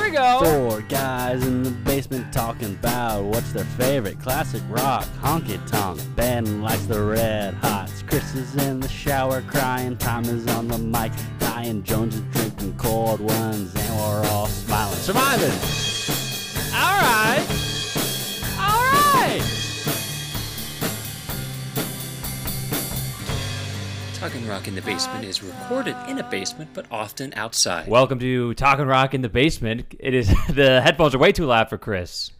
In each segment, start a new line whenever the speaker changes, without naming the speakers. we go.
Four guys in the basement talking about what's their favorite classic rock, honky tonk. Ben likes the red hots. Chris is in the shower crying. Tom is on the mic. Dying Jones is drinking cold ones, and we're all smiling. Surviving!
All right. All right.
Talking Rock in the Basement is recorded in a basement, but often outside.
Welcome to Talking Rock in the Basement. It is the headphones are way too loud for Chris.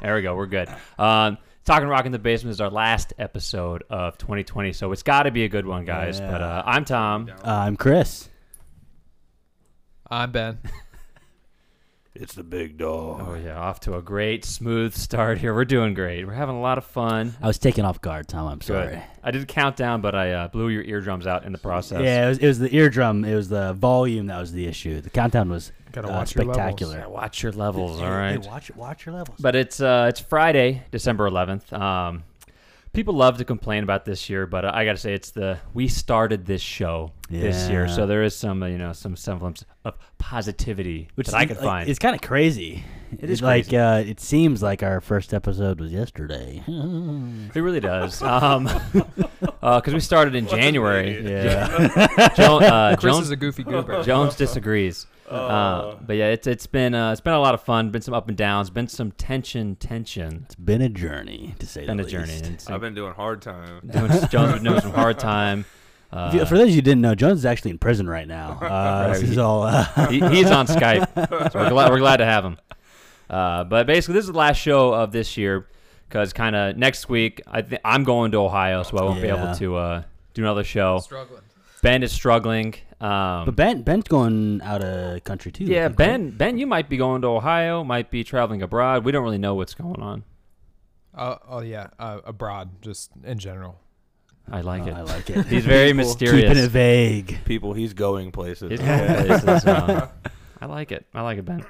There we go. We're good. Um, Talking Rock in the Basement is our last episode of 2020, so it's got to be a good one, guys.
Yeah.
But uh, I'm Tom.
I'm Chris.
I'm Ben.
It's the big dog.
Oh yeah, off to a great smooth start here. We're doing great. We're having a lot of fun.
I was taken off guard, Tom. I'm
Good.
sorry.
I did countdown, but I uh, blew your eardrums out in the process.
Yeah, it was, it was the eardrum. It was the volume that was the issue. The countdown was
Gotta
uh,
watch your levels.
spectacular.
Watch your levels, all
Hey,
right.
watch, watch your levels.
But it's uh, it's Friday, December 11th. Um, people love to complain about this year, but I got to say it's the we started this show this year,
Yeah.
so there is some uh, you know some semblance of positivity that I
is,
could
like,
find.
It's kind of crazy.
It is
like
crazy.
Uh, it seems like our first episode was yesterday.
It really does. Um, because we started in January.
yeah,
Jo- uh,
Chris
Jones
is a goofy goober.
Jones disagrees. Uh, but yeah, it's it's been uh, it's been a lot of fun. Been some up and downs. Been some tension, tension.
it's been a journey to say
Been
the
a journey.
least.
and so-
I've been doing hard time.
Jones, Jones been doing some hard time.
If you-
Uh,
For those of you who didn't know, Jones is actually in prison right now. Uh, This is all. Uh,
he, he's on Skype. So we're glad we're glad to have him. Uh, but basically, this is the last show of this year because kind of next week I th- I'm going to Ohio, so I won't be
Yeah.
able to uh, do another show.
Struggling.
Ben is struggling. Um,
but Ben, Ben's going out of country too. I
Yeah,
think, right?
Ben. Ben, you might be going to Ohio, might be traveling abroad. We don't really know what's going on.
Uh, oh yeah, uh, abroad, just in general.
I like it.
Oh, I like it.
He's very
Keeping it
mysterious.
vague.
People, he's going places.
He's
Okay.
going places, um, I like it. I like it, Ben.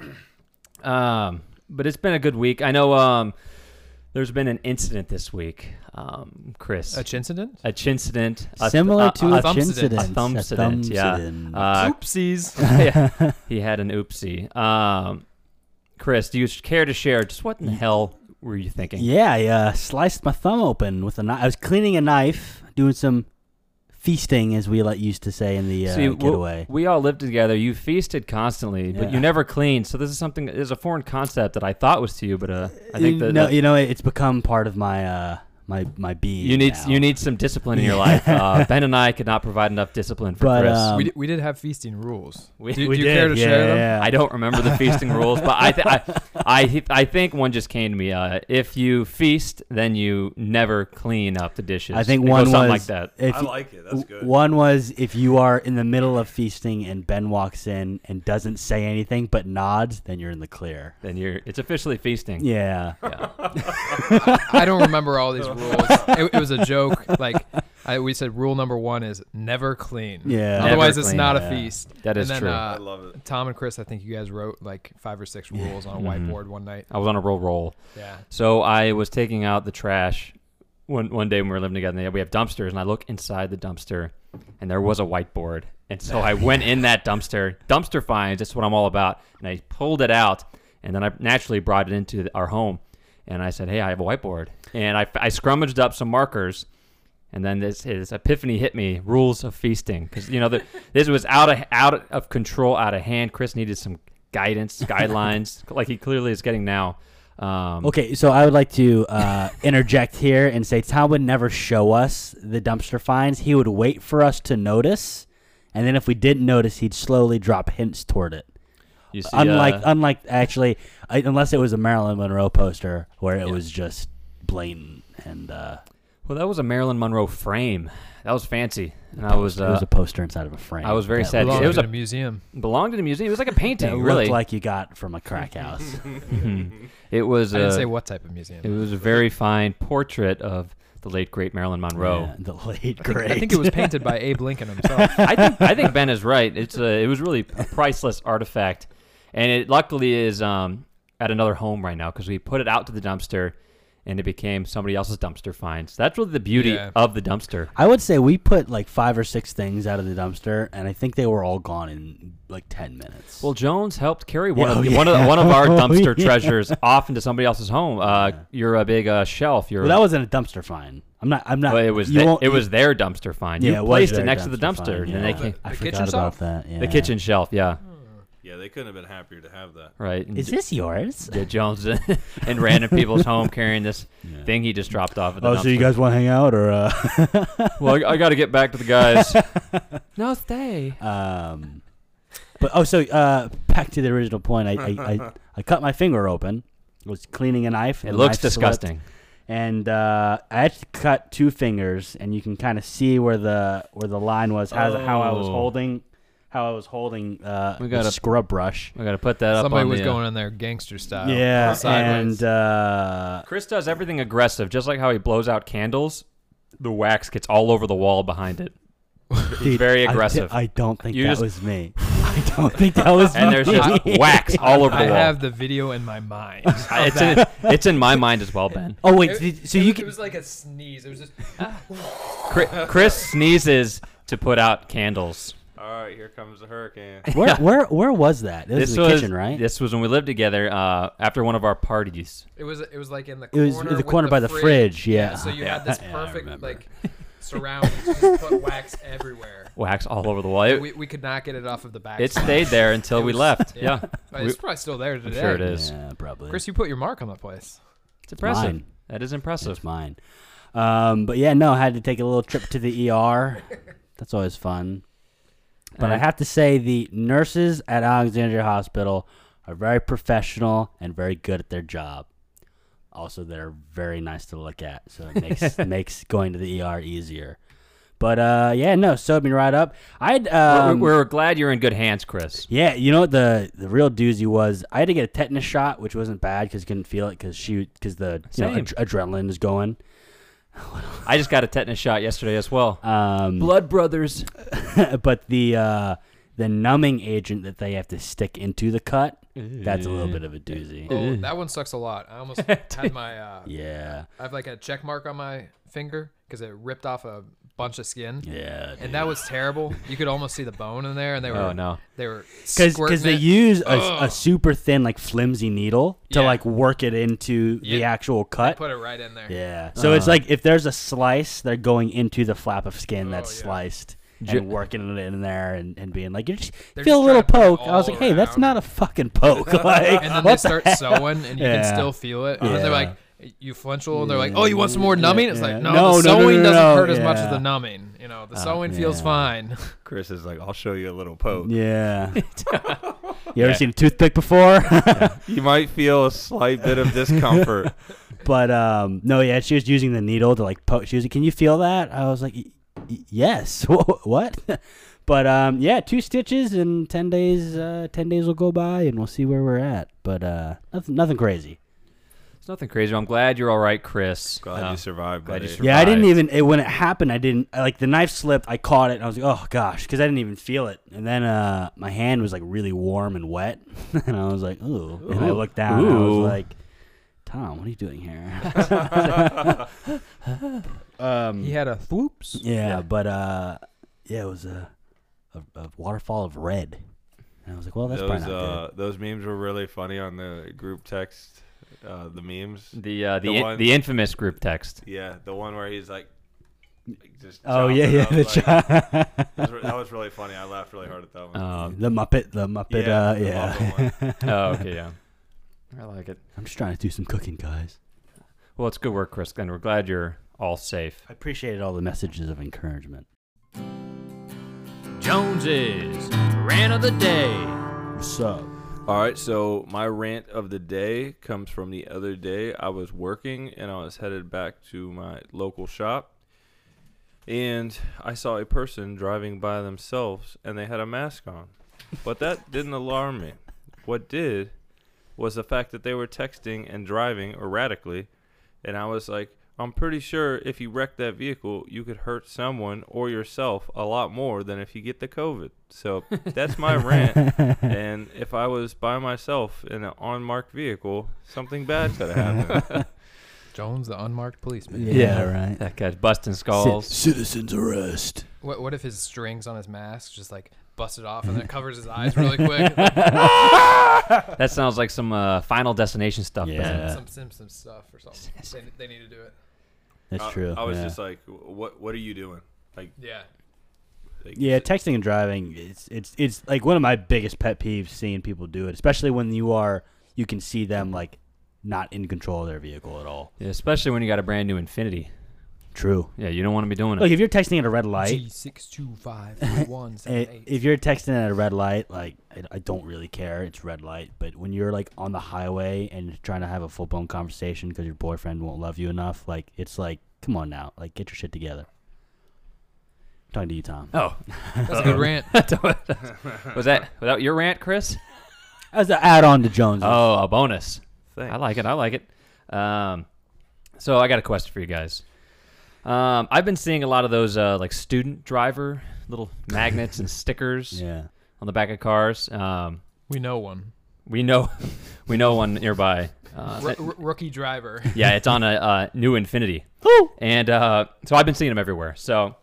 Um, but it's been a good week. I know. Um, there's been an incident this week, um, Chris.
A incident?
A chincident. A th-
Similar
a-
to
a,
a,
thumbcident.
chincident.
a thumbcident. Yeah. Uh,
Oopsies.
yeah. He had an oopsie. Um, Chris, do you care to share just what in the hell were you thinking?
Yeah, I uh, sliced my thumb open with a knife. I was cleaning a knife, doing some feasting, as we like used to say in the uh,
See, we-
getaway.
We all lived together. You feasted constantly, but
Yeah.
you never cleaned. So this is something. This is a foreign concept that I thought was to you, but uh, I think that,
no,
that- you,
you know, it's become part of my uh, my my being.
need
now.
you need some discipline in your life. Uh, ben and I could not provide enough discipline for
But,
Chris.
um,
we, d- we did have feasting rules.
We-
do,
We
do you
did,
care to
yeah,
share them?
yeah.
I don't remember the feasting rules, but I, th- I, I, thi- I think one just came to me. Uh, if you feast, then you never clean up the dishes.
I think
It goes
one was
something like that.
If
I
you-
like it. That's good.
One was if you are in the middle of feasting and Ben walks in and doesn't say anything but nods, then you're in the clear.
Then you're. It's officially feasting.
Yeah.
Yeah.
I don't remember all these rules. It, it was a joke. Like I, we said, rule number one is never clean.
Yeah. Never
Otherwise, it's
clean,
not
yeah.
a feast.
That is
and then,
true.
Uh,
I love it.
Tom and Chris, I think you guys wrote like five or six rules on a
Mhm.
whiteboard one night.
I was on a roll roll.
Yeah.
So I was taking out the trash one one day when we were living together. and We have dumpsters, and I look inside the dumpster, and there was a whiteboard. And so I went in that dumpster. Dumpster finds. That's what I'm all about. And I pulled it out, and then I naturally brought it into our home. And I said, "Hey, I have a whiteboard." And I, I scrummaged up some markers. And then this his epiphany hit me: rules of feasting, because you know the, this was out of out of control, out of hand. Chris needed some guidance, guidelines, like he clearly is getting now. Um,
Okay, so I would like to uh, interject here and say Tom would never show us the dumpster finds. He would wait for us to notice, and then if we didn't notice, he'd slowly drop hints toward it.
You see,
unlike,
uh,
unlike actually, I, unless it was a Marilyn Monroe poster where it was just blatant and uh,
well, that was a Marilyn Monroe frame. That was fancy, and I was,
it
uh,
was a poster inside of a frame.
I was very
that
sad.
looked-
Belonged
It was
in
a-
a museum.
belonged to the museum. It was like a painting,
that
really.
looked like you got from a crack house.
it was.
I didn't say
A,
what type of museum.
it was a very fine portrait of the late great Marilyn Monroe.
Yeah, the late
I think,
great.
I think it was painted by Abe Lincoln himself.
I think I think Ben is right. It's a, it was really a priceless artifact, and it luckily is um, at another home right now because we put it out to the dumpster, and it became somebody else's dumpster finds. That's really the beauty
Yeah.
of the dumpster.
I would say we put like five or six things out of the dumpster, and I think they were all gone in like ten minutes.
Well, Jones helped carry one,
Yeah,
of,
oh,
one, of,
yeah.
one of our
Oh,
dumpster
yeah.
treasures off into somebody else's home. Uh, You're a big uh, shelf. You're
Well, that wasn't a dumpster find. I'm not. I'm not.
Well, it was
you
the-
won't-
it was their dumpster find.
Yeah,
you
was
placed it
their
next to the dumpster,
find,
and
yeah.
they came,
I
The
forgot
kitchen
about
shelf?
that. Yeah.
the kitchen shelf. Yeah,
Yeah, they couldn't have been happier to have that.
right. And
Is
J-
this yours?
yeah, Jones in random people's home carrying this
Yeah.
thing he just dropped off at the
Oh,
dumpster.
so you guys want to hang out or? Uh,
well, I, I got to get back to the guys. no, stay.
um, but oh, so uh, back to the original point. I I, I, I cut my finger open. I was cleaning a knife.
It
the
looks
knife slipped,
disgusting.
and uh, I actually cut two fingers, and you can kind of see where the where the line was, how, how I was
Oh.
holding, how I was holding uh,
We
the
gotta-
scrub brush.
I got to put that up.
Somebody
on
was
the, uh,
going in there gangster style.
yeah,
sideways.
and uh,
Chris does everything aggressive, just like how he blows out candles. The wax gets all over the wall behind it.
dude,
very
I di-
aggressive.
I, don't think
You
that
just-
was me. I don't think that was
And
me.
there's just wax all over
I
the wall.
have the video in my mind.
I- it's, in, it's in my mind as well, Ben.
oh wait, did, so you
it
can,
was like a sneeze. It was just
Chris, Chris sneezes to put out candles.
All right, here comes the hurricane.
where where where was that? This, was the kitchen, right?
This was when we lived together uh, after one of our parties.
it was it was like in the
It
corner.
was in the
with
corner by the fridge, yeah.
So you
Yeah.
had this
Yeah, I
perfect
remember.
like surround. You just put wax everywhere.
Wax all over the wall. It,
We, we could not get it off of the back.
it stayed there until
It
we
was-
left.
yeah.
Yeah,
But it's probably still there today.
sure it is.
yeah, probably.
Chris, you put your mark on the place.
it's impressive.
mine.
That is impressive.
That's mine. Um, but yeah, no, I had to take a little trip to the ER. That's always fun. But I
Uh,
have to say, the nurses at Alexandria Hospital are very professional and very good at their job. Also, they're very nice to look at, so it makes makes going to the ER easier. But uh, yeah, no, sewed me right up. I had
We're-
um,
we're, glad you're in good hands, Chris.
yeah, you know what the the real doozy was? I had to get a tetanus shot, which wasn't bad because couldn't feel it because she because the you know,
Same.
ad- adrenaline is going.
I just got a tetanus shot yesterday as well.
Um,
Blood brothers.
but the uh, the numbing agent that they have to stick into the cut, that's a little bit of a doozy.
Oh, that one sucks a lot. I almost had my uh,
Yeah,
I have like a check mark on my finger because it ripped off a bunch of skin.
yeah.
And that was terrible. You could almost see the bone in there, and they were
Oh, no.
they were
Because
squirting
they
it.
use a, a
Ugh.
super thin, like flimsy needle to
Yeah.
like work it into the
Yeah.
actual cut.
put it right in there.
Yeah. So it's like if there's a slice, they're going into the flap of skin that's
Oh, yeah.
sliced
Ju-
and working it in there and, and being like, you just
They're
feel a
just
little
trying to
poke.
put it
I was
all
like, hey, that's
around.
not a fucking poke. like,
And
what
then they
the
start
heck?
sewing, and you
Yeah.
can still feel it. And
Yeah.
they're like, you flinch a little, and they're like, "Oh, you want some more
Yeah,
numbing?" It's
yeah.
like, no,
No,
the
no, no, no, no,
sewing doesn't
no,
hurt as much as
yeah. Oh,
the numbing. You know, the sewing
yeah.
feels fine.
Chris is like, I'll show you a little poke.
Yeah. you ever seen a toothpick before?
You might feel a slight bit of discomfort.
but um, no, yeah, she was using the needle to like poke. She was like, "Can you feel that?" I was like, "Y- y- "Yes." what? but um, yeah, two stitches and ten days. Uh, ten days will go by, and we'll see where we're at. But uh, nothing, nothing crazy.
It's nothing crazy. I'm glad you're all right, Chris.
Glad
Uh,
you survived,
glad
buddy.
you survived.
Yeah, I didn't
Right.
even it, when it happened. I didn't I, like the knife slipped. I caught it, and I was like, "Oh gosh," because I didn't even feel it. And then uh, my hand was like really warm and wet, and I was like, "Ooh!" And I looked down, and I was
Ooh.
like, "Tom, what are you doing here?" um,
He
yeah,
had a whoops.
but uh, yeah, it was a, a, a waterfall of red, and I was like, "Well, that's
those
probably not
uh, those memes were really funny on the group text. Uh, the memes.
The uh, the
The
in-
one-
the infamous group text.
Yeah, the one where he's like, like, just.
good." Oh
chopping
yeah, yeah,
uh, up,
the
like- that, was, re- that was really funny. I laughed really hard at that one.
chi-
Um,
the Muppet, the Muppet,
Yeah,
uh,
the
yeah.
Muppet
oh, okay, yeah. I like it.
I'm just trying to do some cooking, guys.
Well, it's good work, Chris, and we're glad you're all safe.
I appreciated all the messages of encouragement.
Joneses, rant of the day.
What's up?
All right, so my rant of the day comes from the other day. I was working and I was headed back to my local shop, and I saw a person driving by themselves and they had a mask on. But that didn't alarm me. What did was the fact that they were texting and driving erratically, and I was like, I'm pretty sure if you wreck that vehicle, you could hurt someone or yourself a lot more than if you get the COVID. So that's my rant and if I was by myself in an unmarked vehicle, something bad could have happened.
Jones, the unmarked policeman.
Yeah, right.
That guy's busting skulls.
Citizens arrest.
What, what if his strings on his mask just like busted off and then it covers his eyes really quick?
That sounds like some uh, Final Destination stuff. doesn't it?
Yeah.
some Simpsons stuff or something. They, they need to do it.
That's
I-
true.
I was
yeah.
just like, what What are you doing? Like,
Yeah.
like
Yeah, texting and driving it's it's it's like one of my biggest pet peeves seeing people do it, especially when you are you can see them like not in control of their vehicle at all.
Yeah, especially when you got a brand new Infinity.
True.
Yeah, you don't want to be doing it.
Look, if you're texting at a red light,
G six two five three one
eh,
seven eight.
if you're texting at a red light, like I, I don't really care, it's red light, but when you're like on the highway and you're trying to have a full-blown conversation cuz your boyfriend won't love you enough, like it's like come on now, like get your shit together. I'm talking to you, Tom.
Oh,
That's a good rant.
was that was that your rant, Chris?
As an add-on to Jones.
Oh, a bonus.
Thanks.
I like it. I like it. Um, so I got a question for you guys. Um, I've been seeing a lot of those uh, like student driver little magnets and stickers
Yeah.
on the back of cars. Um,
We know one.
we know, we know one nearby. Uh,
R- r- rookie driver.
yeah, it's on a uh, new Infinity. And uh, so I've been seeing them everywhere. So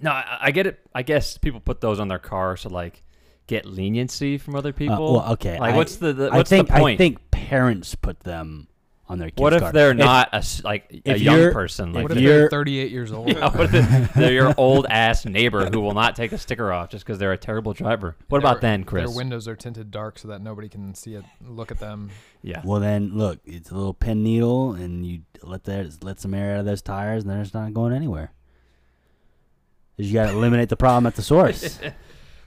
no, I, I get it. I guess people put those on their car to like get leniency from other
Uh,
people.
well, okay.
Like
I-
what's the, the
I
what's
think
the point?
I think parents put them on their kids.
what if
car.
they're not a s like a
if
young
you're-
person? Like
What
if
if they're
you're-
38 years old?
Yeah, what if they're your old ass neighbor who will not take the sticker off just because they're a terrible driver? What about
Their-
then, Chris?
Their windows are tinted dark so that nobody can see it. Look at them.
yeah.
Well, then look, it's a little pin needle, and you let that let some air out of those tires, and then it's not going anywhere. 'Cause you got to eliminate the problem at the source.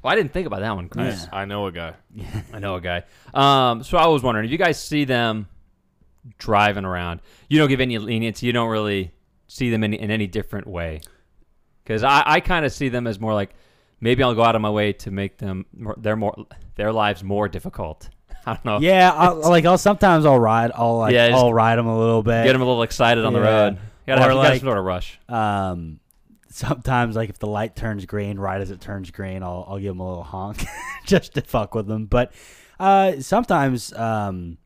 Well, I didn't think about that one, Chris.
Yeah.
I know a guy.
I know a guy. Um, so I was wondering if you guys see them driving around, you don't give any lenience. You don't really see them in, in any different way. Because I, I kind of see them as more like maybe I'll go out of my way to make them more, their more their lives more difficult. I don't know.
yeah, I'll, like I'll sometimes I'll ride, I'll like
Yeah, just
I'll ride them a little bit.
Get them a little excited on the
Yeah.
road. You gotta
Or
have, you gotta
like-
sort of rush.
Um, sometimes like if the light turns green, right as it turns green, I'll I'll give them a little honk just to fuck with them. But uh, sometimes um,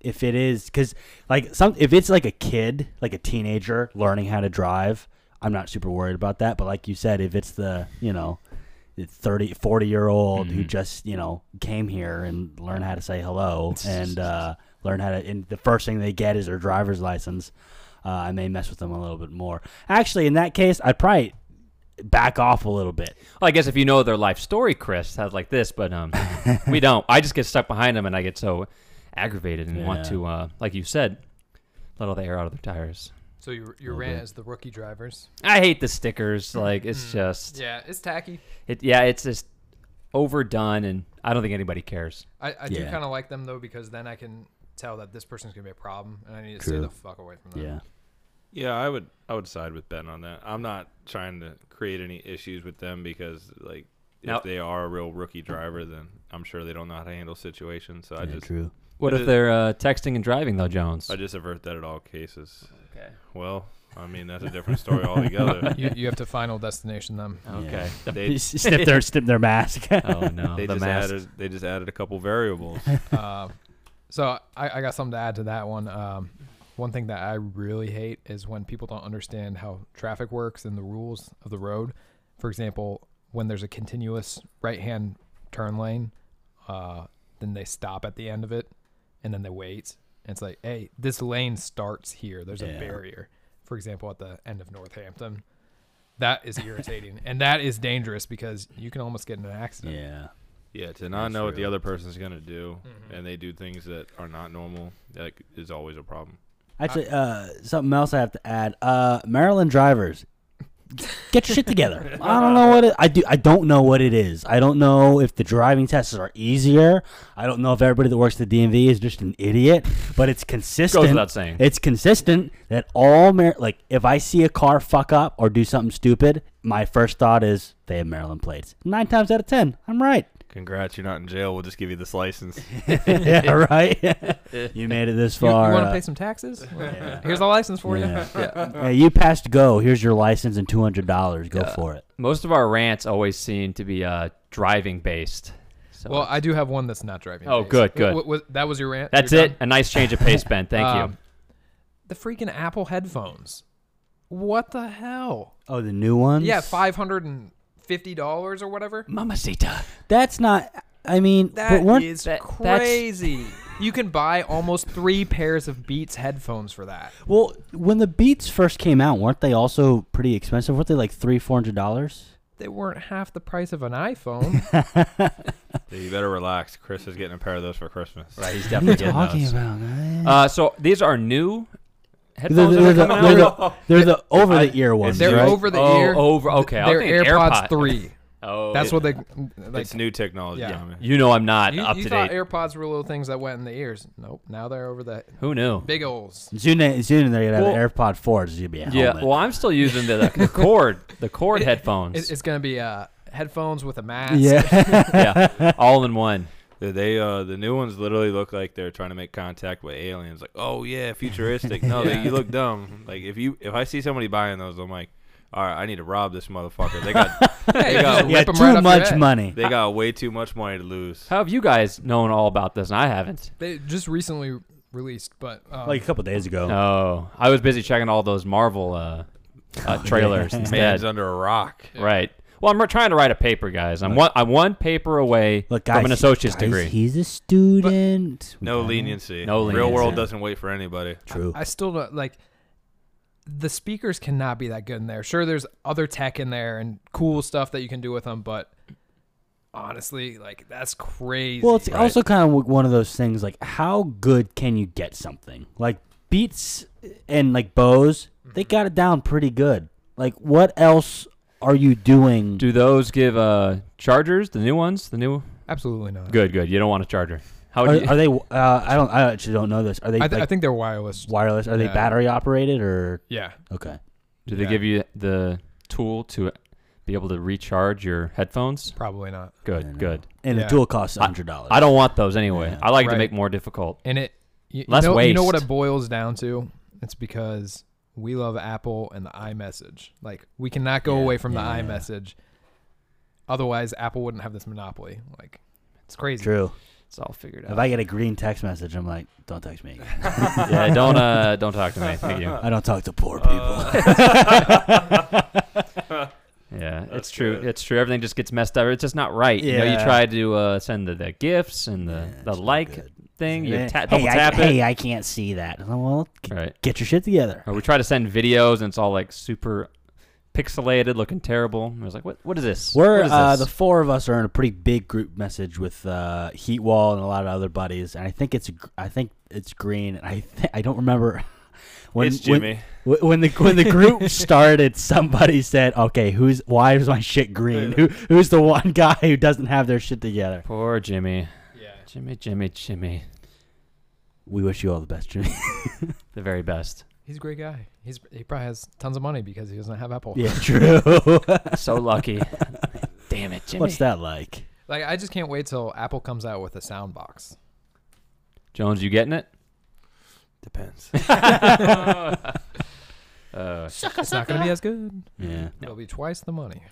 if it is because like some if it's like a kid, like a teenager learning how to drive, I'm not super worried about that. But like you said, if it's the you know. the 30 40 year old who
Mhm.
just you know came here and learned how to say hello and uh, learn how to and the first thing they get is their driver's license uh, I may mess with them a little bit more. Actually, in that case, I'd probably back off a little bit.
Well, I guess if you know their life story, Chris, sounds like this, but um, we don't. I just get stuck behind them and I get so aggravated and want
Yeah.
to, uh, like you said, let all the air out of their tires.
So your, your rant is the rookie drivers.
I hate the stickers. Like it's just,
Yeah, it's tacky.
it, yeah, it's just overdone, and I don't think anybody cares.
I, I do
Yeah.
kind of like them though because then I can tell that this person's gonna be a problem and I need to stay
True.
the fuck away from them.
Yeah.
Yeah, I would I would side with Ben on that. I'm not trying to create any issues with them because like
Now-
if they are a real rookie driver, then I'm sure they don't know how to handle situations. So I
yeah,
just
true.
What
It
if
is-
they're uh, texting and driving though, Jones?
I just avert that at all cases.
Okay.
Well, I mean that's a different story altogether.
You, you have to final destination them.
Oh, Okay.
They
snip their snip their mask.
Oh no,
they
the
just
mask.
added they just added a couple variables.
Uh, so I, I got something to add to that one. Um, one thing that I really hate is when people don't understand how traffic works and the rules of the road. For example, when there's a continuous right-hand turn lane, uh, then they stop at the end of it, and then they wait. And it's like, hey, this lane starts here. There's a
Yeah.
barrier. For example, at the end of Northampton, that is irritating, and that is dangerous because you can almost get in an accident.
yeah.
Yeah, to not know what the
true.
other person's gonna do, and they do things that are not normal, that is always a problem.
Actually, uh, something else I have to add. Uh, Maryland drivers, get your shit together. I don't know what it, I do. I don't know what it is. I don't know if the driving tests are easier. I don't know if everybody that works at the DMV is just an idiot. But it's consistent.
without saying.
It's consistent that all Mar- like if I see a car fuck up or do something stupid, my first thought is they have Maryland plates. Nine times out of ten, I'm right.
Congrats, you're not in jail. We'll just give you this license.
yeah, right. you made it this
You,
far.
want to
uh,
pay some taxes? Well, Here's a license for you.
yeah. Hey, you passed go. Here's your license and two hundred dollars. Go for it.
Most of our rants always seem to be uh, driving based. So
Well, I do have one that's not driving.
Oh,
based.
good, good.
W- w- that was your rant.
that's
You're
it.
done?
A nice change of pace, Ben. Thank
Um,
you.
the freaking Apple headphones. What the hell?
Oh, the new ones.
Yeah, five hundred and fifty dollars or whatever.
Mamacita.
That's not. I mean,
That
but one,
is
That- that's-
crazy. you can buy almost three pairs of Beats headphones for that.
well, when the Beats first came out, weren't they also pretty expensive? Weren't they like three, four hundred dollars?
They weren't half the price of an iPhone.
Yeah, you better relax. Chris is getting a pair of those for Christmas.
Right, he's
What are you
definitely getting
talking
those.
about? man?
Uh, so these are new
They're,
headphones. that
they're,
are
the,
coming
they're,
out?
the, they're the over-the-ear ones,
They're
right?
over the
oh,
ear.
over. Okay, I'm
They're
thinking
AirPods
AirPod.
three.
Oh,
That's what they like.
it's new technology.
yeah.
Yeah. man.
You know I'm not
you
up
you
to
thought
date.
AirPods were little things that went in the ears. Nope. Now they're over the
Who knew?
big oles.
Soon, they- soon they're gonna have
Well-
AirPod fours. You'll be a
Yeah.
helmet.
Well, I'm still using the, the, cord, the cord headphones.
It, it's gonna be uh, headphones with a mask.
yeah.
yeah, all in one.
They- They uh the new ones literally look like they're trying to make contact with aliens. Like, oh yeah, futuristic. No, they, you look dumb. Like if you if I see somebody buying those, I'm like, all right, I need to rob this motherfucker. They got
Hey,
They got-
just
yeah
rip 'em
too
right off your
much
head.
money.
they got way too much money to lose.
How have you guys known all about this? And I haven't.
They just recently released, but um,
Like a couple days ago.
No, I was busy checking all those Marvel uh, uh, trailers
Man's
instead.
under a rock.
Right. Well, I'm trying to write a paper, guys. I'm one. I'm one paper away
Look, guys,
from an associate's
guys,
degree.
He's a student. We
No
got it.
leniency.
No
Real world
leniency.
doesn't wait for anybody.
True.
I still don't like. The speakers cannot be that good in there. Sure, there's other tech in there and cool stuff that you can do with them, but honestly, like that's crazy.
Well, it's also kind of one of those things like how good can you get something? Like Beats and like Bose, they got it down pretty good. Like what else are you doing?
Do those give uh, chargers? The new ones? The new?
absolutely not.
Good, good. You don't want a charger. How
Are,
would you?
are they uh, I don't I actually don't know this. Are they
I, th- I
like,
think they're wireless.
wireless? Are they
Yeah.
battery operated or
Yeah,
okay.
do they
yeah.
give you the tool to be able to recharge your headphones?
probably not.
Good, good.
And
Yeah.
the dual costs
I-
$100.
I don't want those anyway.
Yeah.
I like to
Right.
make more difficult.
And it you, you
Less
know, You know what
waste.
it boils down to? It's because we love Apple and the iMessage. Like we cannot go
Yeah,
away from
yeah, yeah.
the iMessage. Otherwise, Apple wouldn't have this monopoly. Like it's crazy.
True.
It's all figured
If
out.
I get a green text message, I'm like, don't text me.
yeah, don't uh, don't talk to me. Thank you.
I don't talk to
Uh,
poor people.
Yeah,
That's
it's true.
good.
It's true. Everything just gets messed up. It's just not right. You know, you
Yeah.
try to uh, send the, the gifts and the,
it's
the
not
like
good.
thing. You
Eh,
ta- double
hey, I,
tap it.
hey, I can't see that. Well, g-
Right.
get your shit together.
Or we try to send videos and it's all like super pixelated, looking terrible. I was like, what What is this?
We're
What is
uh, the
this?
four of us are in a pretty big group message with uh, Heat Wall and a lot of other buddies, and I think it's gr- I think it's green, and I th- I don't remember when
it's Jimmy.
when, when the when the group started. Somebody said, "Okay, who's why is my shit green? Who who's the one guy who doesn't have their shit together?"
Poor Jimmy.
Yeah.
Jimmy, Jimmy, Jimmy.
We wish you all the best, Jimmy.
The very best.
He's a great guy. He's he probably has tons of money because he doesn't have Apple.
yeah, true.
So lucky. Damn it, Jimmy.
What's that like?
Like I just can't wait till Apple comes out with a sound box.
Jones, you getting it?
Depends.
Uh,
It's not gonna be as good.
Yeah,
No.
It'll be twice the money.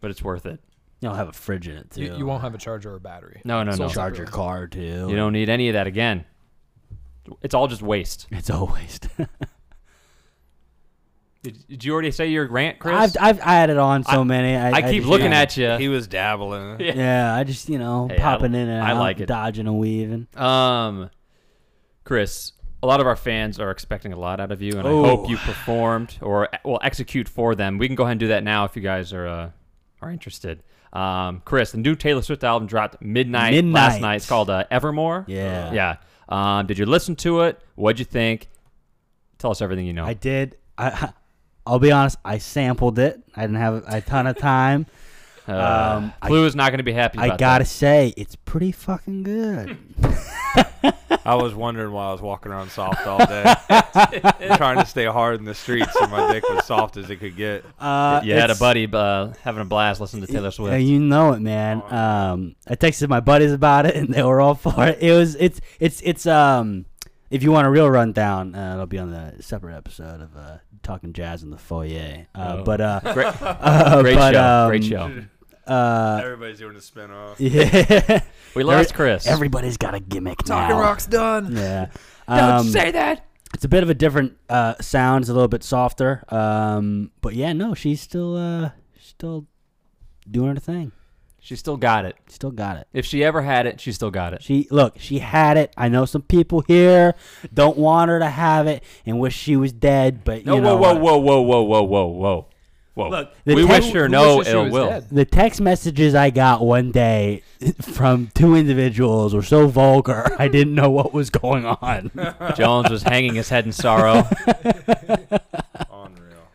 but it's worth it.
you'll have a fridge in it too.
You, you won't have a charger or battery.
No, no,
So
no.
sorry.
charge your car too.
You don't need any of that again. It's all just waste.
It's always.
Did, did you already say your rant, Chris?
I've, I've added on so many. I,
I keep looking at you.
he was dabbling.
Yeah.
Yeah, I just you know
Hey, I-
popping in and
I
out,
like it.
dodging and weaving.
Um, Chris, a lot of our fans are expecting a lot out of you, and
Oh.
I hope you performed or well execute for them. We can go ahead and do that now if you guys are uh, are interested. Um, Chris, the new Taylor Swift album dropped midnight, last
Midnight.
night. It's called uh, Evermore.
Yeah.
yeah. Um, did you listen to it? What'd you think? Tell us everything you know.
I did. I I'll be honest. I sampled it. I didn't have a ton of time.
uh,
um, I-
Blue is not going to be happy.
I
about
gotta
that.
say, it's pretty fucking good.
I was wondering why I was walking around soft all day, trying to stay hard in the streets, and my dick was soft as it could get.
Uh,
You had a
it's-
buddy uh, having a blast listening to Taylor Swift. Oh,
Yeah, you know it, man. Um, I texted my buddies about it, and they were all for it. It was it's it's it's um. If you want a real rundown, uh, it'll be on the separate episode of uh, Talking Jazz in the Foyer. Uh,
Oh.
But uh,
great,
uh,
great
but,
show.
um,
great show.
Uh,
Everybody's doing a spin off.
yeah,
We lost Chris.
everybody's got a gimmick now.
Talking Rock's done.
Yeah.
Don't
Um,
say that.
It's a bit of a different uh, sound. It's a little bit softer. Um, but yeah, no, she's still uh, still doing her thing.
She still got it.
Still got it.
If she ever had it, she still got it.
She look, she had it. I know some people here don't want her to have it and wish she was dead. But
No,
you
whoa,
know
whoa,
what?
whoa, whoa, whoa, whoa, whoa, whoa, whoa.
Look, the
we
tech-
wish her
Who
no
wishes she
ill
was
will.
dead?
The text messages I got one day from two individuals were so vulgar, I didn't know what was going on.
Jones was hanging his head in sorrow.
Unreal.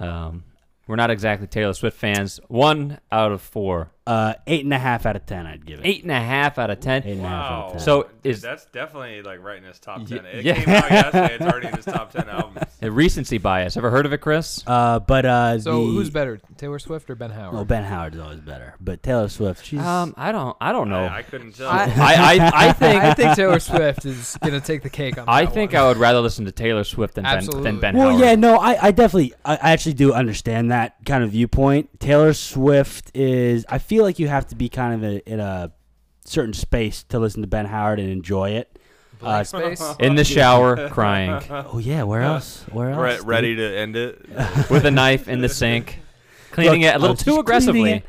Um, we're not exactly Taylor Swift fans. One out of four.
Uh, eight and a half out of ten, I'd give it.
Eight and a half out of ten.
Eight and a half out of ten.
So
Dude,
is-
that's definitely like right in his top ten. It
yeah.
came out yesterday. It's already in his top ten albums.
A recency bias. Ever heard of it, Chris?
Uh, but uh,
So
the,
who's better, Taylor Swift or Ben Howard?
Well, Ben Howard's always better, but Taylor Swift, she's
Um, I don't. I don't know.
I, I couldn't tell.
I-
I, I, I think.
I think Taylor Swift is gonna take the cake on that
I think
one.
I would rather listen to Taylor Swift than Ben, than
Absolutely.
Ben
Well,
Howard.
yeah, no, I, I definitely, I I actually do understand that kind of viewpoint. Taylor Swift is, I feel like you have to be kind of a, in a certain space to listen to Ben Howard and enjoy it. Uh,
Blank space.
In the shower, crying
oh yeah, where else? Where else?
Re-
dude?
ready to end it.
with a knife in the sink, cleaning it
Look,
a
I
little
was just
too
cleaning
aggressively.
it.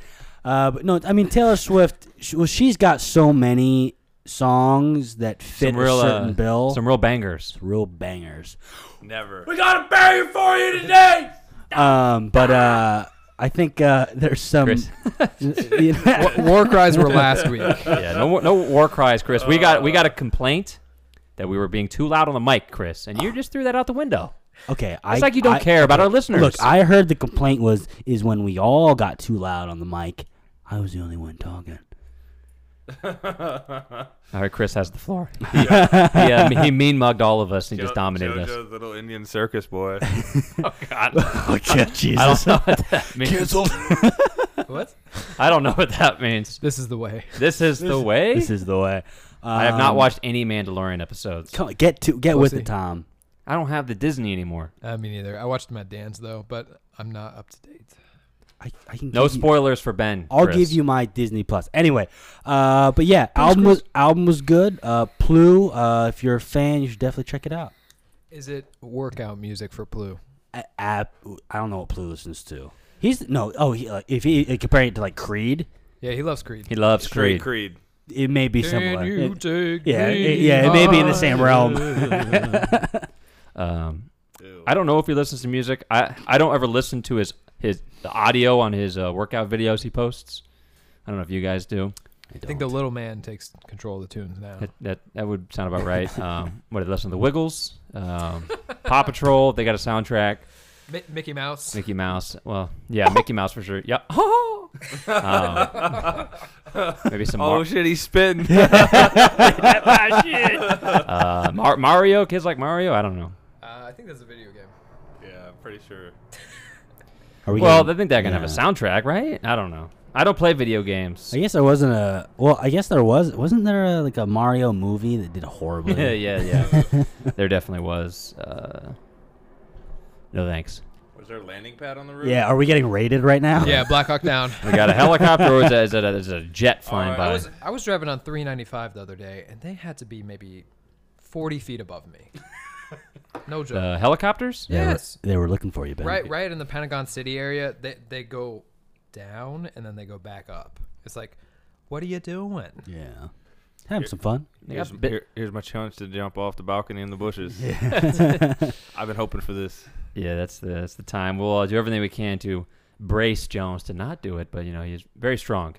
Uh, but no, I mean Taylor Swift. She, well, she's got so many songs that fit
Some real,
a certain
uh,
bill.
Some real bangers.
real bangers.
Never.
Um, but uh, I think uh, there's some.
Chris.
you know-
War cries were last week.
Yeah, no, wa- no war cries, Chris. We got we got a complaint that we were being too loud on the mic, Chris, and you just threw that out the window.
okay, I,
It's like you don't
I-
care about our listeners.
Look, I heard the complaint was is when we all got too loud on the mic. I was the only one talking.
all right, Chris has the floor. Yeah, he, um, he mean mugged all of us. and He just
Jo-
dominated us.
JoJo's little Indian circus boy.
Oh yeah, Jesus!
I don't know what that means.
What?
I don't know what that means.
This is the way.
This is the way.
This is the way.
I have not
Um,
watched any Mandalorian episodes.
Come, get to get with
Pussy.
it, Tom.
I don't have the Disney anymore.
Uh, me neither. I watched them at Dan's though, but I'm not up to date.
I, I can
No
give you-
spoilers for Ben.
I'll
Chris.
give you my Disney Plus. Anyway, uh, but yeah, album was album was good. Uh, Plu, uh, if you're a fan, you should definitely check it out.
Is it workout music for Blue?
I, I, I don't know what Plu listens to. He's no. Oh, he, like, if he uh, comparing it to like Creed,
Yeah, he loves Creed.
He loves
Straight
Creed.
Creed.
it may be
Can
similar.
you
It-
take
yeah,
me
it- yeah, it may be in the same
higher?
realm.
Um,
Ew.
I don't know if he listens to music. I I don't ever listen to his his the audio on his uh, workout videos he posts. I don't know if you guys do.
I think the little man takes control of the tunes now.
That that, that would sound about right. Um, what did listen to the Wiggles, um, Paw Patrol. They got a soundtrack.
Mi- Mickey Mouse.
Mickey Mouse. Well, yeah, Mickey Mouse for sure. Yeah. Oh. Um, maybe some. Mar-
Oh shit, he's spitting.
uh, Mar- Mario kids like Mario. I don't know.
Uh, I think that's a video game.
Yeah, I'm pretty sure.
Are we
Well, I
getting-
think they're gonna have a
yeah.
soundtrack, right? I don't know. I don't play video games.
I guess there wasn't a. Well, I guess there was. Wasn't there a, like a Mario movie that did horribly?
yeah, yeah, yeah. there definitely was. Uh, no thanks.
Was there a landing pad on the roof?
Yeah, Are we getting rated right now?
Yeah, Black Hawk Down.
We got a helicopter, or is it, is it, a, is Uh, it a jet flying
Alright,
by?
I
I was, I was driving on 395 the other day, and they had to be maybe 40 feet above me. No joke.
The helicopters?
They were-
Yes.
They were looking for you, Ben.
right, right in the Pentagon City area, they they go down and then they go back up. It's like, what are you doing?
Yeah. Having some fun.
They got
Here's,
bit-
here- here's my challenge to jump off the balcony in the bushes. I've been hoping for this.
yeah, that's the that's the time. We'll uh, do everything we can to brace Jones to not do it, but you know he's very strong,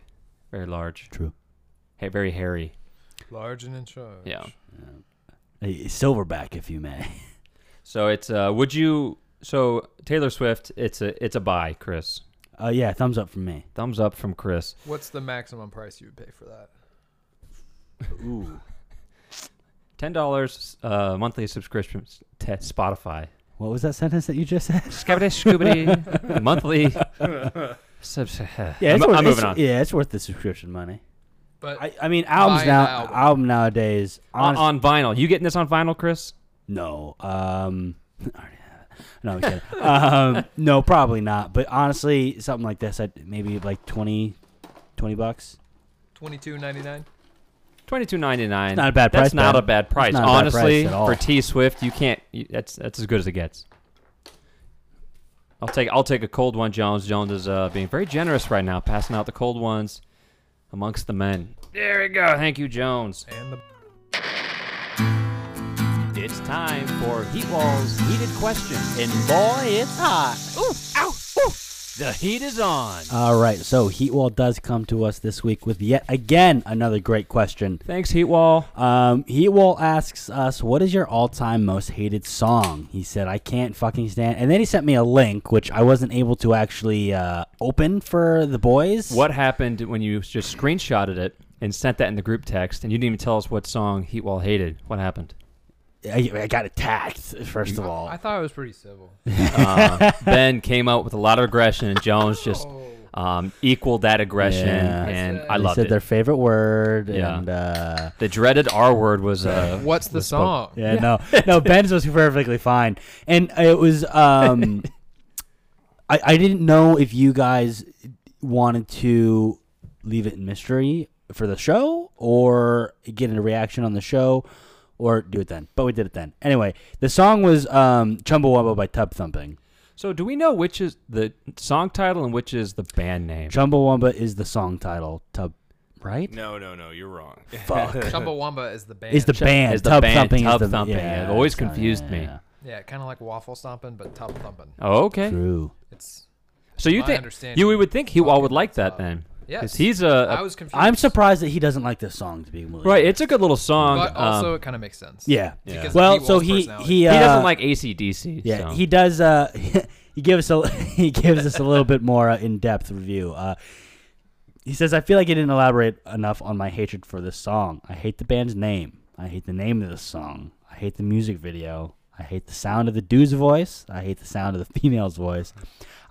very large,
True.
ha- very hairy.
Large and in charge.
Yeah.
Hey, Silverback, if you may.
So it's uh, would you? So Taylor Swift, it's a it's a buy, Chris.
Uh, yeah, thumbs up from me.
Thumbs up from Chris.
What's the maximum price you would pay for that?
Ooh.
Ten dollars uh, monthly subscription to Spotify.
What was that sentence that you just said?
Scoobity Scoobity monthly. subs- I'm, I'm
worth,
moving on.
Yeah, it's worth the subscription money.
But
I, I mean, albums
an
now, album.
album.
nowadays.
On,
Honest,
on vinyl, you getting this on vinyl, Chris?
no, um, I already have it. no, I'm kidding. um, no, probably not. But honestly, something like this, I'd maybe like 20, 20 bucks.
22.99.
Twenty two ninety nine.
It's not a bad
That's
price,
not
Ben.
a bad price.
not a bad price
Honestly,
at all.
for T Swift, you can't. You, that's that's as good as it gets. I'll take I'll take a cold one, Jones. Jones is uh, being very generous right now, passing out the cold ones amongst the men. There we go. Thank you, Jones.
And the
It's time for Heat Wall's heated question.
And boy, it's hot.
The heat is on.
All right, so Heatwall does come to us this week with yet again another great question.
Thanks, Heat Wall.
Um, Heatwall asks us, "What is your all-time most hated song?" He said, "I can't fucking stand." And then he sent me a link, which I wasn't able to actually uh, open for the boys.
What happened when you just screenshotted it and sent that in the group text, and you didn't even tell us what song Heat Wall hated? What happened?
I, I got attacked first of all.
I thought it was pretty civil.
Uh, ben came out with a lot of aggression, and Jones just
Oh.
um, equaled that aggression,
Yeah.
and
They
I
they
loved
said
it.
their favorite word,
Yeah.
and uh,
The dreaded R word was uh,
What's the song?
yeah, no, no, Ben's was perfectly fine, and it was. Um, I I didn't know if you guys wanted to leave it in mystery for the show or get a reaction on the show. Or do it then, but we did it then. Anyway, the song was um, "Chumbawamba" by Tub Thumping.
So, do we know which is the song title and which is the band name?
"Chumbawamba" is the song title. Tub, right?
No, no, no. You're wrong.
Fuck.
Chumbawamba is the band.
Is the band
is the
Tub
band,
Thumping?
Tub
is the,
Thumping,
Yeah,
it always
sorry,
confused
yeah,
me.
yeah.
yeah, kind of like waffle stomping, but tub thumping.
Oh, okay.
True.
It's
So you
My
think
understanding
you would think Heat Wall would like that
about
then?
yes.
he's a, a-
I was confused.
I'm surprised that he doesn't like this song to be completely
right.
honest.
It's a good little song. um,
but also it kind of makes sense.
Yeah.
Yeah.
Because of
Well,
Pete
so
Wall's
he
personality.
he, uh,
he doesn't like ACDC.
Yeah,
so.
he does. Uh, he gives us a he gives us a little bit more uh, in depth review. Uh, he says, "I feel like I didn't elaborate enough on my hatred for this song. I hate the band's name. I hate the name of this song. I hate the music video. I hate the sound of the dude's voice. I hate the sound of the female's voice.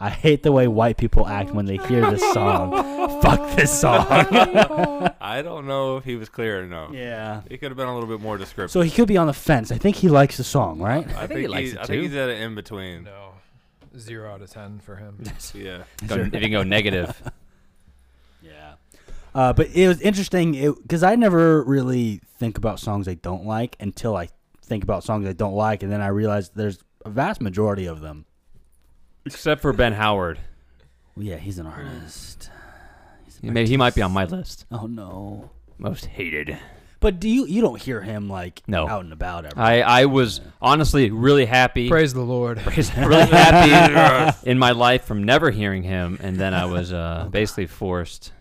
I hate the way white people act when they hear this song. Fuck this song."
I don't know if he was clear or no.
yeah.
It could have been a little bit more descriptive.
So he could be on the fence. I think he likes the song, right?
I,
think he likes
he's-
it
I think
too.
he's at an in between.
No. Zero out of ten for him.
Yeah.
Go- if you can go negative,
Yeah. Uh, but it was interesting because I never really think about songs I don't like until I think about songs I don't like, and then I realize there's a vast majority of them.
except for Ben Howard,
Well, yeah, he's an artist.
maybe he might be on my list.
Oh no.
Most hated.
But do you you don't hear him like
No.
out and about ever?
I I was honestly really happy.
Praise the Lord.
really happy in my life from never hearing him, and then I was uh, basically forced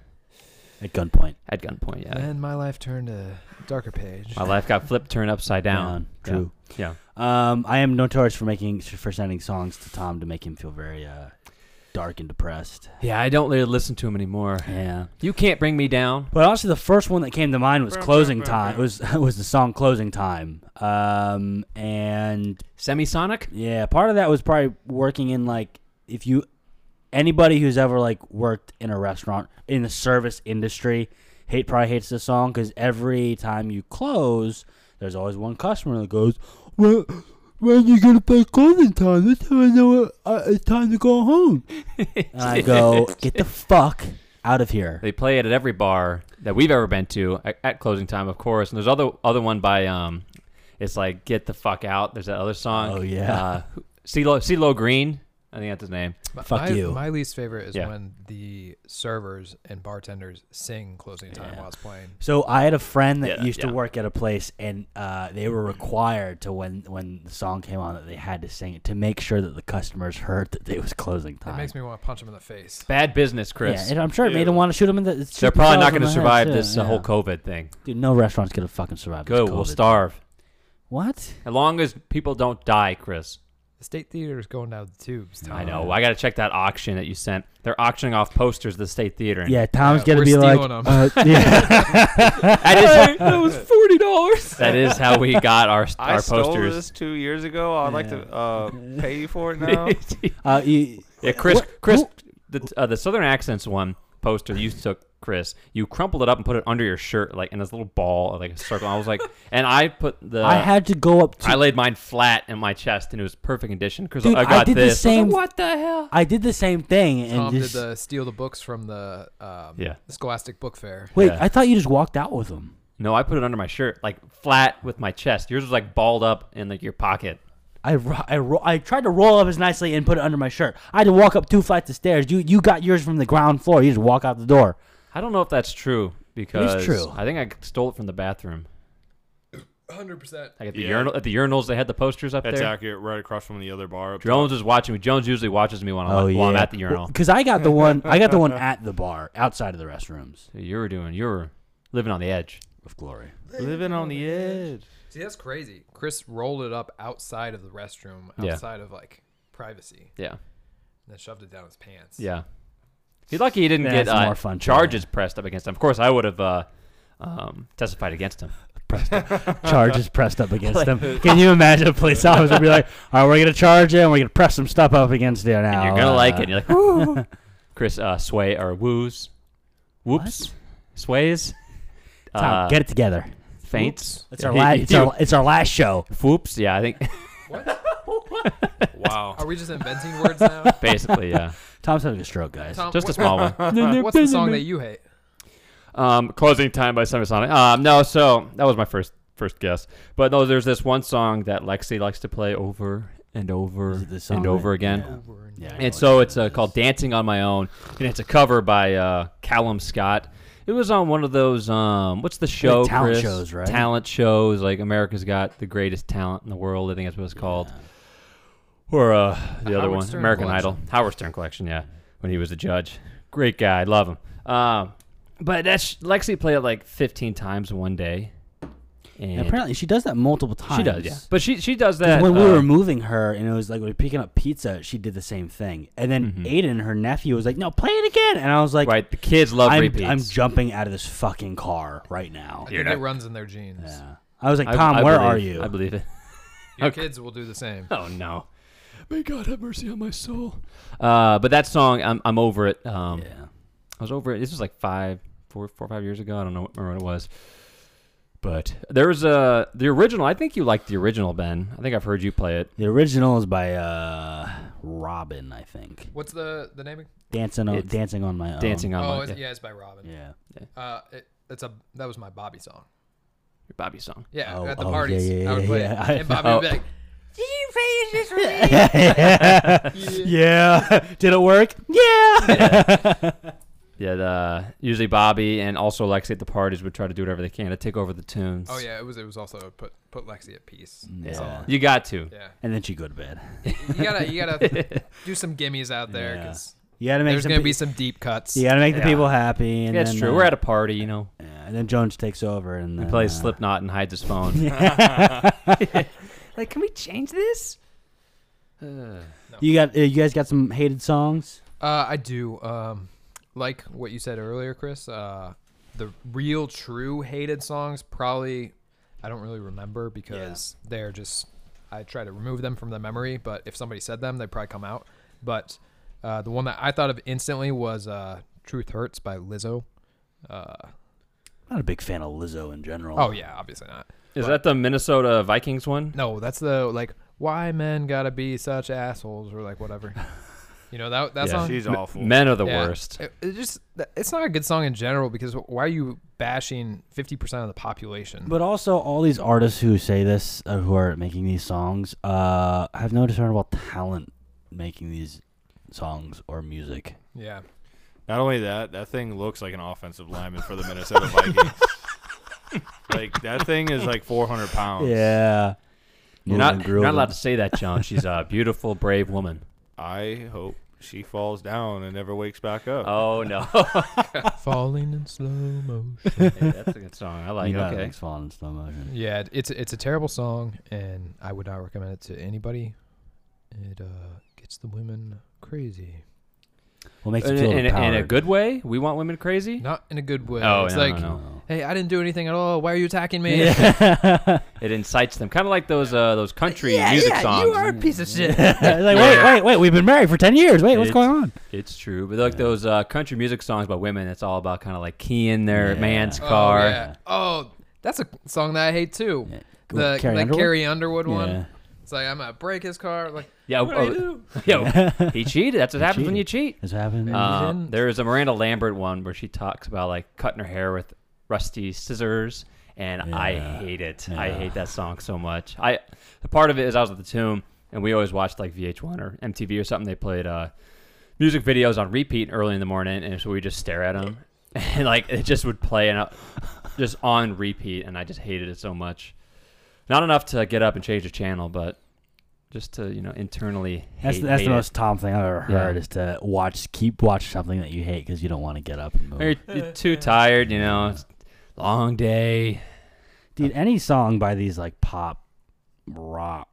At gunpoint.
at gunpoint. Yeah,
Then my life turned a darker page.
my life got flipped, turned upside down.
Down, true.
Yeah.
Um, I am notorious for making for sending songs to Tom to make him feel very uh, dark and depressed.
yeah, I don't really listen to him anymore.
Yeah.
You can't bring me down.
But honestly, the first one that came to mind was "Closing Time." It was was the song "Closing Time," um, and
Semisonic.
yeah, part of that was probably working in like if you anybody who's ever like worked in a restaurant in the service industry hate probably hates this song because every time you close, there's always one customer that goes, "Well, when you gonna play closing time? This time I know it- uh, it's time to go home." and I go, "Get the fuck out of here!"
They play it at every bar that we've ever been to at, at closing time, of course. And there's other other one by um, it's like get the fuck out. There's that other song.
Oh, yeah.
uh, CeeLo CeeLo Green. I think that's his name.
But
Fuck
my,
you.
My least favorite is
Yeah.
when the servers and bartenders sing closing time while it's playing.
So I had a friend that
Yeah,
used
yeah.
to work at a place, and uh, they were required to when when the song came on that they had to sing it to make sure that the customers heard that it was closing
It
time.
makes me want to punch him in the face.
Bad business, Chris.
Yeah, and I'm sure it made them want to shoot them in the. shoot
They're probably not
themselves in
going to
the head,
survive
too,
this uh,
yeah.
whole COVID thing.
Dude, no restaurant's gonna fucking survive. this
Good, we'll
COVID.
starve.
What?
As long as people don't die, Chris.
The state theater is going down the tubes. Tom.
I know. I got to check that auction that you sent. They're auctioning off posters to the State Theater.
Yeah, Tom's
Yeah,
gonna
we're
be like,
stealing 'em.
uh, yeah,
That is,
That was forty dollars.
that is how we got our,
I
our
stole
posters.
this two years ago. I'd like to uh, pay you for it now.
uh, you,
yeah, Chris,
What-
Chris,
who-
the, uh, the Southern Accents one poster you took, Chris, you crumpled it up and put it under your shirt, like in this little ball, like a circle. I was like, and I put the.
I had to go up to.
I laid mine flat in my chest, and it was perfect condition. Chris,
Dude,
I
I
got
did the
this. I was like,
same-
what the hell?
I did the same thing and
Tom did
just
the steal the books from the um,
Yeah.
Scholastic Book Fair.
wait.
yeah.
I thought you just walked out with them.
No, I put it under my shirt, like flat with my chest. Yours was like balled up in like your pocket.
I, ro- I, ro- I tried to roll up as nicely and put it under my shirt. I had to walk up two flights of stairs. You you got yours from the ground floor. You just walk out the door.
I don't know if that's true because
true.
I think I stole it from the bathroom.
Hundred percent.
Like at the
Yeah.
urinal, at the urinals, they had the posters up
That's
there.
accurate. Right across from the other bar. Up
Jones was watching me. Jones usually watches me when I'm,
Oh,
while I'm at the urinal.
Because I got the one I got the one at the bar outside of the restrooms
So you were doing, you were living on the edge.
of glory.
Living on the edge.
See, that's crazy. Chris rolled it up outside of the restroom,
Yeah.
outside of like privacy,
Yeah,
and then shoved it down his pants.
yeah. He's lucky he didn't get
That's
uh,
more fun for
charges pressed up against him. Of course, I would have uh, um, testified against him.
Pressed up. charges pressed up against them. Can you imagine a police officer be like, "All right, we're gonna charge you and we're gonna press some stuff up against you now."
And you're gonna
uh,
like it. And you're like, "Woo." Chris uh, sway or woos, whoops, sways,
Tom,
uh,
get it together.
faints.
It's our
He-
last.
he-
It's our, it's our last show.
whoops. Yeah, I think
Wow.
Are we just inventing words now?
basically, yeah,
Tom's having a stroke, guys.
Tom,
just a
what-
small one.
What's the song that you hate?
Um, closing time by Semisonic. Um, no, so that was my first first guess. But no, there's this one song that Lexi likes to play over and over
Is it the song
and over
that-
again.
Yeah, I know
And so it's uh, called "Dancing on My Own," and it's a cover by uh, Callum Scott. It was on one of those um, what's the show?
talent
Chris?
shows, right?
Talent shows, like America's Got the Greatest Talent in the World. I think that's what it's called. Or uh, the, other
Howard
one,
Stern
American
collection.
Idol, Howard Stern collection. Yeah, when he was a judge, great guy, love him. Um, but that's Lexi played it like 15 times in one day, and
And apparently, she does that multiple times.
she does. Yeah, but she she does
'Cause
that
when we
uh,
were moving her, and it was like we were picking up pizza, she did the same thing. And then Aiden, her nephew, was like, "No, play it again," and I was like,
Mm-hmm. right. The kids love
I'm,
repeats.
I'm jumping out of this fucking car right now."
I think it runs in their genes.
Yeah. I was like,
I-
"Tom,
I
where
believe-
are you?"
I believe it.
Your kids will do the same.
Oh no. May God have mercy on my soul. Uh, but that song, I'm, I'm over it. Um,
yeah.
I was over it. This was like five, four, four or five years ago. I don't know what, remember what it was. But there was a the original. I think you liked the original, Ben. I think I've heard you play it.
The original is by uh, Robin, I think.
What's the the name?
Dancing on,
It's-
dancing on my own.
Dancing on
Oh,
my
it's,
yeah,
yeah, it's by Robin.
Yeah.
Uh, it, it's a that was my Bobby song.
your Bobby song.
Yeah,
Oh,
at the
oh, yeah,
parties,
yeah,
I would
yeah,
play
yeah. Oh.
it, and Bobby would be like,
yeah. Did it work? Yeah.
Yeah, the, usually Bobby and also Lexi at the parties would try to do whatever they can to take over the tunes.
"Oh yeah, it was it was also put put Lexi at peace."
Yeah.
you got to.
Yeah,
And then she go to bed.
you gotta you gotta do some gimmies out there
Yeah.
'cause
You gotta make
there's
some
gonna
pe-
be some deep cuts.
You gotta make the
Yeah.
people happy. And
That's
then,
true.
uh,
We're at a party, you know.
yeah, and then Jones takes over and
He
then,
plays
uh,
Slipknot and hides his phone. like, can we change this?
You got uh, you guys got some hated songs.
Uh, I do. Um, like what you said earlier, Chris. Uh, the real, true hated songs probably I don't really remember because they're just I try to remove them from the memory. But if somebody said them, they probably come out. But uh, the one that I thought of instantly was uh, "Truth Hurts" by Lizzo. Uh,
Not a big fan of Lizzo in general.
oh yeah, obviously not.
Is that the Minnesota Vikings one?
No, that's the like why men gotta be such assholes or like whatever. You know that that
Yeah,
song.
She's awful.
Men are the
Yeah.
worst.
It, it just th- it's not a good song in general because why are you bashing fifty percent of the population?
But also, all these artists who say this, uh, who are making these songs, uh, have no discernible talent making these songs or music.
yeah,
Not only that, that thing looks like an offensive lineman for the Minnesota Vikings. like that thing is like 400 pounds.
Yeah.
You're not, you're not allowed to say that, John. She's a beautiful, brave woman.
I hope she falls down and never wakes back up.
Oh no,
falling in slow motion.
that's a good song. I like.
You
it.
know,
Okay,
it's falling in slow motion.
Yeah, it- it's it's a terrible song, and I would not recommend it to anybody. It uh, gets the women crazy,
What makes
in,
you feel
in- in a
empowered?
good way. We want women crazy.
not in a good way.
Oh,
it's
no,
like,
no,
hey, I didn't do anything at all. Why are you attacking me?
It incites them, kind of like those uh, those country music songs.
piece of shit.
like, wait, wait, wait! We've been married for ten years. Wait, what's
It's-
going on?
It's true, but like those uh, country music songs by women, it's all about kind of like keying their
Yeah.
man's
Oh,
car.
yeah. Oh, that's a song that I hate too.
Yeah.
The
Carrie
that
Underwood?
Carrie Underwood one.
Yeah.
It's like I'm gonna break his car. Like
Yeah,
what do I do?
yo, he cheated. That's what happens when you cheat.
This happened.
Uh,
Uh,
didn't.
there is a Miranda Lambert one where she talks about like cutting her hair with rusty scissors and I
Yeah.
hate it. I
Yeah.
hate that song so much. I the part of it is I was at the tomb and we always watched like VH1 or MTV or something. They played uh, music videos on repeat early in the morning, and so we just stare at them and like it just would play and I, just on repeat, and I just hated it so much. Not enough to get up and change the channel, but just to you know internally.
That's
hate-
that's
hate
the
it.
most Tom thing I've ever
Yeah.
heard is to watch keep watch something that you hate because you don't want to get up and move.
Or You're, you're too tired, you know. It's a long day.
Dude, any song by these like pop rock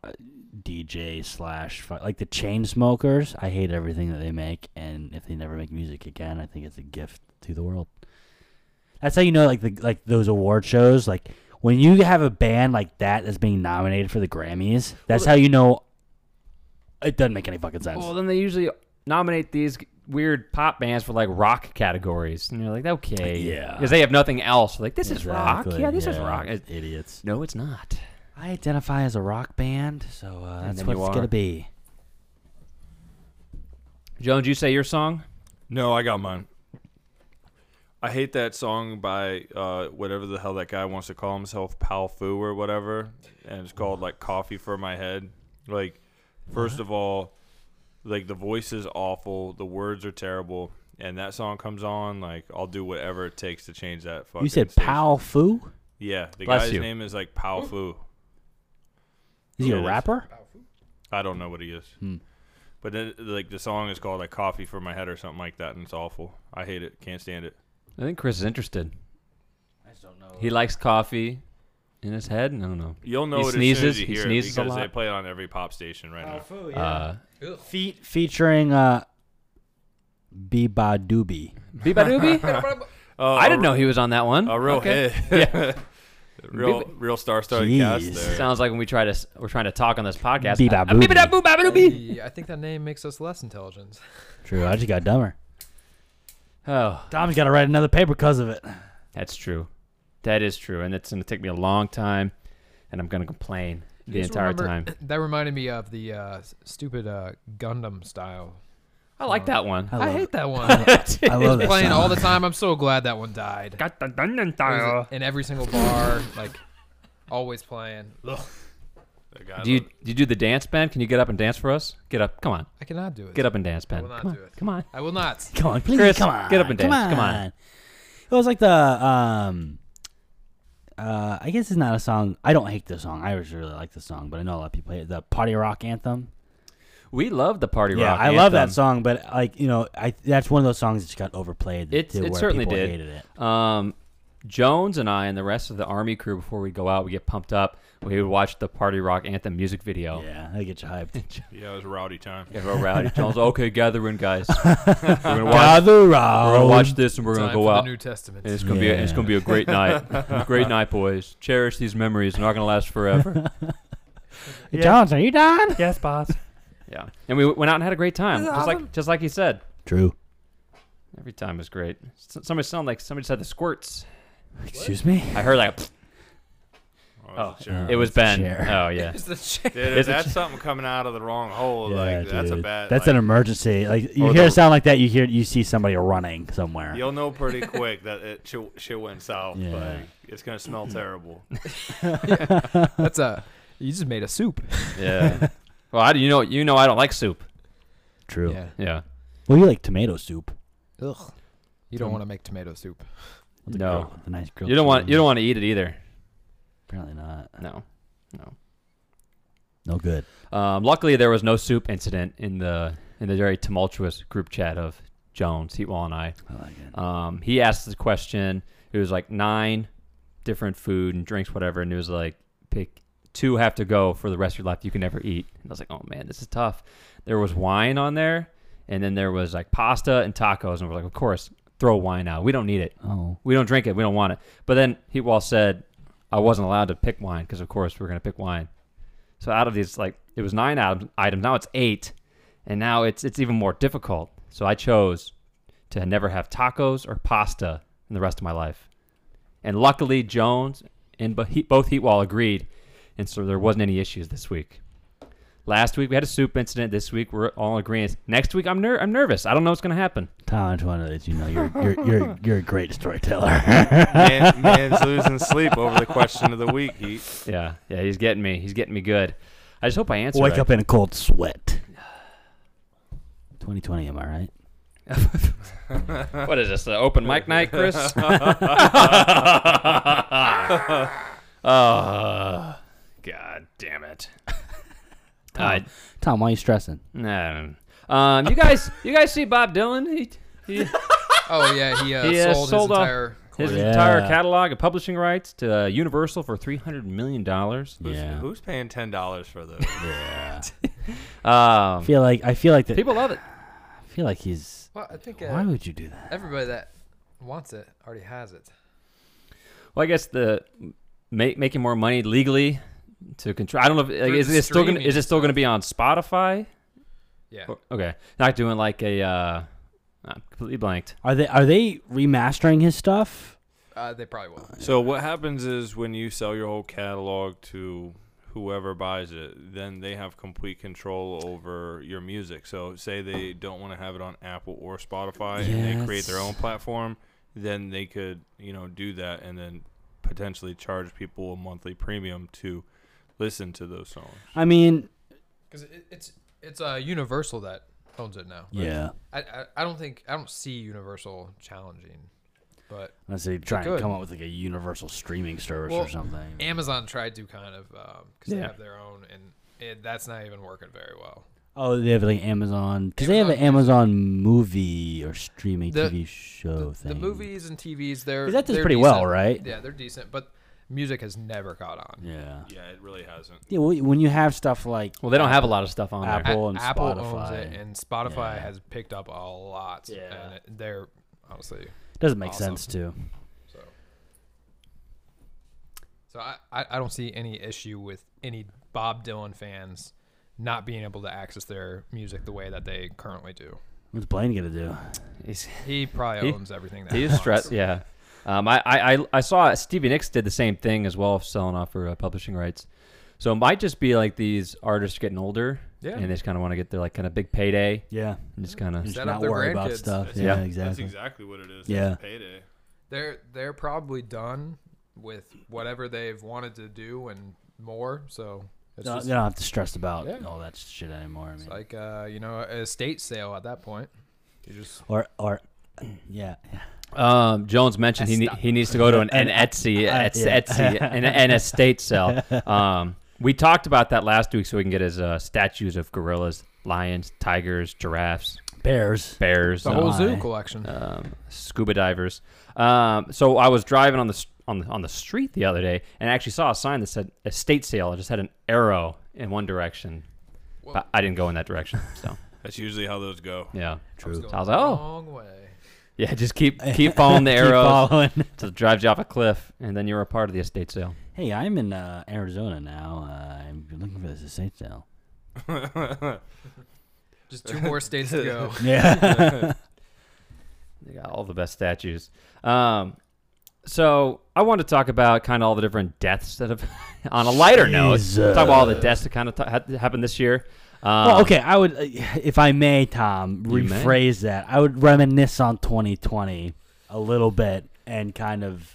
DJ slash fu- like the chain smokers, I hate everything that they make, and if they never make music again, I think it's a gift to the world. That's how you know like the like those award shows, like when you have a band like that that's being nominated for the Grammys, that's how you know it doesn't make any fucking sense.
Well, then they usually nominate these weird pop bands for like rock categories, and you're like, okay,
Yeah.
because they have nothing else. Like this is rock,
Exactly,
yeah, this is rock. It-
Idiots.
no, it's not.
I identify as a rock band, so uh, that's
then
what
you
it's gonna
are.
be.
Jones, you say your song.
No, I got mine. I hate that song by uh, whatever the hell that guy wants to call himself, Pal Fu or whatever, and it's called like "Coffee for My Head." Like, first of all, like the voice is awful, the words are terrible, and that song comes on like I'll do whatever it takes to change that. Fucking
You said
station.
Pal Fu?
Yeah, the
Bless
guy's
you.
name is like Pal Fu.
Is he
Yeah,
a
it is.
rapper?
I don't know what he is,
Hmm.
but then, like the song is called like "Coffee for My Head" or something like that, and it's awful. I hate it. Can't stand it.
I think Chris is interested. I don't know. He likes coffee in his head. No, no.
You'll know
He
it as soon
sneezes-
as you
he
hear
sneezes
it
a
because they
lot.
play it on every pop station right now.
Uh,
Fe- featuring uh, Biba Doobie.
Biba Doobie?
Oh,
I didn't know he was on that one.
a real
Okay.
hit. real, real star-studded
Jeez.
cast there.
Sounds like when we try to s- we're trying to talk on this podcast.
Biba
Uh,
Boobie.
Biba Da Boo Ba Ba Doobie.
Yeah, I think that name makes us less intelligent.
True, I just got dumber.
Oh,
Tom's got to write another paper because of it.
that's true. That is true, and it's gonna take me a long time, and I'm gonna complain the
Just
entire time.
remember- That reminded me of the uh, s- stupid uh, Gundam style.
I like that one.
I
I,
love
hate that one.
I love that
Playing
song.
all the time. I'm so glad that one died. It was in every single bar, like always playing.
The guy
Do you, do
looked-
you do the dance, Ben? Can you get up and dance for us? Get up. Come on.
I cannot do it.
Get up and dance,
I
Ben.
will not
Come on.
do it.
Come on.
I will not.
Come on, please,
Chris,
come on,
get up and
come
dance, come on.
It was like the um, uh, I guess it's not a song. I don't hate this song. I just really like this song, but I know a lot of people hate it. the party rock anthem.
We love the party
yeah,
rock.
I love that
anthem.
song, but like you know, I that's one of those songs that just got overplayed.
It's-
to
it
where
certainly
people
did.
Hated it.
Um, Jones and I and the rest of the army crew before we go out, we get pumped up. We would watch the party rock anthem music video.
Yeah, I get you hyped.
Yeah, it was a rowdy time.
Yeah, we're rowdy. Jones, okay, gather in, guys. We're gonna watch,
Gather
we're gonna
round.
watch this, and we're gonna
Time
go
for
out.
the New Testament.
And it's gonna be a, it's gonna be a great night. great night, boys. Cherish these memories. They're not gonna last forever.
Jones, are you done?
yes, boss. Yeah, and we went out and had a great time, just like just like he said.
True.
Every time is great. S- Somebody sound like somebody just had the squirts.
Excuse me.
I heard like a
Oh, it's a chair.
it was
it's a
Ben.
chair.
Oh yeah.
It's the shit.
Dude, if
it's a
that's something coming out of the wrong hole, like that's a bad.
That's
like,
an emergency. Like you
Or
hear a
the-
sound like that, you hear you see somebody running somewhere.
You'll know pretty quick that it shit, shit went south.
Yeah.
Like it's gonna smell terrible.
That's a. You just made a soup.
Yeah. well, I, you know you know I don't like soup.
True.
Yeah.
Well, you like tomato soup.
Ugh. You don't want to make tomato soup.
With the
No.
grill- with the nice grilled
You don't want
cheese.
you don't want to eat it either.
Apparently not.
No.
No good.
Um, luckily, there was no soup incident in the in the very tumultuous group chat of Jones, Heatwall, and I.
I like it.
Um, he asked the question. It was like nine different food and drinks, whatever, and it was like pick two have to go for the rest of your life. You can never eat. And I was like, oh man, this is tough. There was wine on there, and then there was like pasta and tacos, and we're like, of course, throw wine out. We don't need it.
Oh.
We don't drink it. We don't want it. But then Heatwall said, I wasn't allowed to pick wine because, of course, we are going to pick wine. So out of these, like, it was nine items. items now it's eight. And now it's it's even more difficult. So I chose to never have tacos or pasta in the rest of my life. And luckily, Jones and bo- he- both Heatwall agreed. And so there wasn't any issues this week. Last week we had a soup incident. This week we're all in agreement. Next week I'm ner- I'm nervous. I don't know what's gonna happen.
Tom, I just wanted to let you know you're you're you're, you're a great storyteller.
Man, man's losing sleep over the question of the week. Heat.
Yeah, yeah, he's getting me. He's getting me good. I just hope I answer.
Wake
right.
up in a cold sweat. 2020, am I right?
What is this? The open mic night, Chris? Uh, God damn it! All right.
Tom, why are you stressing?
No. Um, you guys, you guys see Bob Dylan? He, he,
Oh yeah, he, uh,
He, uh,
sold,
sold
his
off
entire.
his
Oh, Yeah.
entire catalog of publishing rights to uh, Universal for three hundred million dollars.
Who's,
Yeah.
who's paying ten dollars for those?
I
Um,
feel like I feel like that.
people love it.
I feel like he's.
Well, I think
Why
uh,
would you do that?
everybody that wants it already has it.
Well, I guess the ma- making more money legally to control. I don't know. If, like,
Through
is
the
it still gonna,
streaming
is it still going to be on Spotify?
Yeah.
Or- Okay, not doing like a. Uh, I'm completely blanked.
Are they are they remastering his stuff?
Uh, they probably will.
So what happens is when you sell your whole catalog to whoever buys it, then they have complete control over your music. So say they don't want to have it on Apple or Spotify and they create their
Yes.
own platform, then they could, you know, do that and then potentially charge people a monthly premium to listen to those songs.
I mean,
Because it, it's it's uh, Universal that owns it now.
yeah.
I, I I don't think I don't see Universal challenging, but
Unless they try and
could.
come up with like a universal streaming service or
Well,
something.
Amazon tried to kind of because they
Yeah.
have their own, and it, that's not even working very well.
Oh, they have like Amazon because they have an Amazon movie or streaming
The-
TV show
The
thing.
movies and TVs, they're
'Cause Oh, that does
they're
pretty well,
decent.
right?
Yeah, they're decent, but music has never caught on.
Yeah.
Yeah, it really hasn't.
Yeah. well, When you have stuff like
Well, they don't have a lot of stuff on
Apple.
there.
Apple and
owns it,
Spotify.
and Spotify
Yeah.
has picked up a lot.
Yeah.
and it, they're honestly
doesn't make
Awesome.
sense too.
so. So I, I I don't see any issue with any Bob Dylan fans not being able to access their music the way that they currently do.
What's Blaine gonna do?
He's,
He probably
He-
owns everything that
he's
wants.
stressed. Yeah. Um, I, I, I, I saw Stevie Nicks did the same thing as well, selling off her uh, publishing rights. So it might just be like these artists getting older,
Yeah. Mm-hmm.
and they just kind of want to get their like kind of big payday
Yeah.
and just kind of
Just
Set up
not
their
worry about
grandkids.
stuff.
That's-
Yeah,
that's
That's
exactly.
exactly what it is. It's
Yeah.
payday.
They're they're probably done with whatever they've wanted to do and more. So
They
it's
don't-
just
they don't have to stress about
Yeah.
all that shit anymore. I mean.
like uh, you know a estate sale at that point. You just
or or yeah,
Um, Jones mentioned he, ne-
Estop.
he needs to go to an, an Etsy, Ets-
yeah.
Etsy, an, an estate sale. Um, we talked about that last week, so we can get his uh, statues of gorillas, lions, tigers, giraffes,
bears.
bears,
the
um,
whole zoo
I-
collection.
um, scuba divers. Um, so I was driving on the s- on the, on the street the other day, and I actually saw a sign that said estate sale. It just had an arrow in one direction. But I didn't go in that direction, so
That's usually how those go.
yeah.
True.
So I was like, oh,
Long way.
yeah, just keep keep following the
Keep
arrows
following.
to drive you off a cliff, and then you're a part of the estate sale.
Hey, I'm in uh, Arizona now. Uh, I'm looking for this estate sale.
Just two more states to go.
Yeah.
They got all the best statues. Um, so I want to talk about kind of all the different deaths that have, on a lighter note, talk about all the deaths that kind of ha- happened this year. Um,
well, okay, I would, uh, if I may, Tom,
You may.
rephrase that. I would reminisce on 2020 a little bit and kind of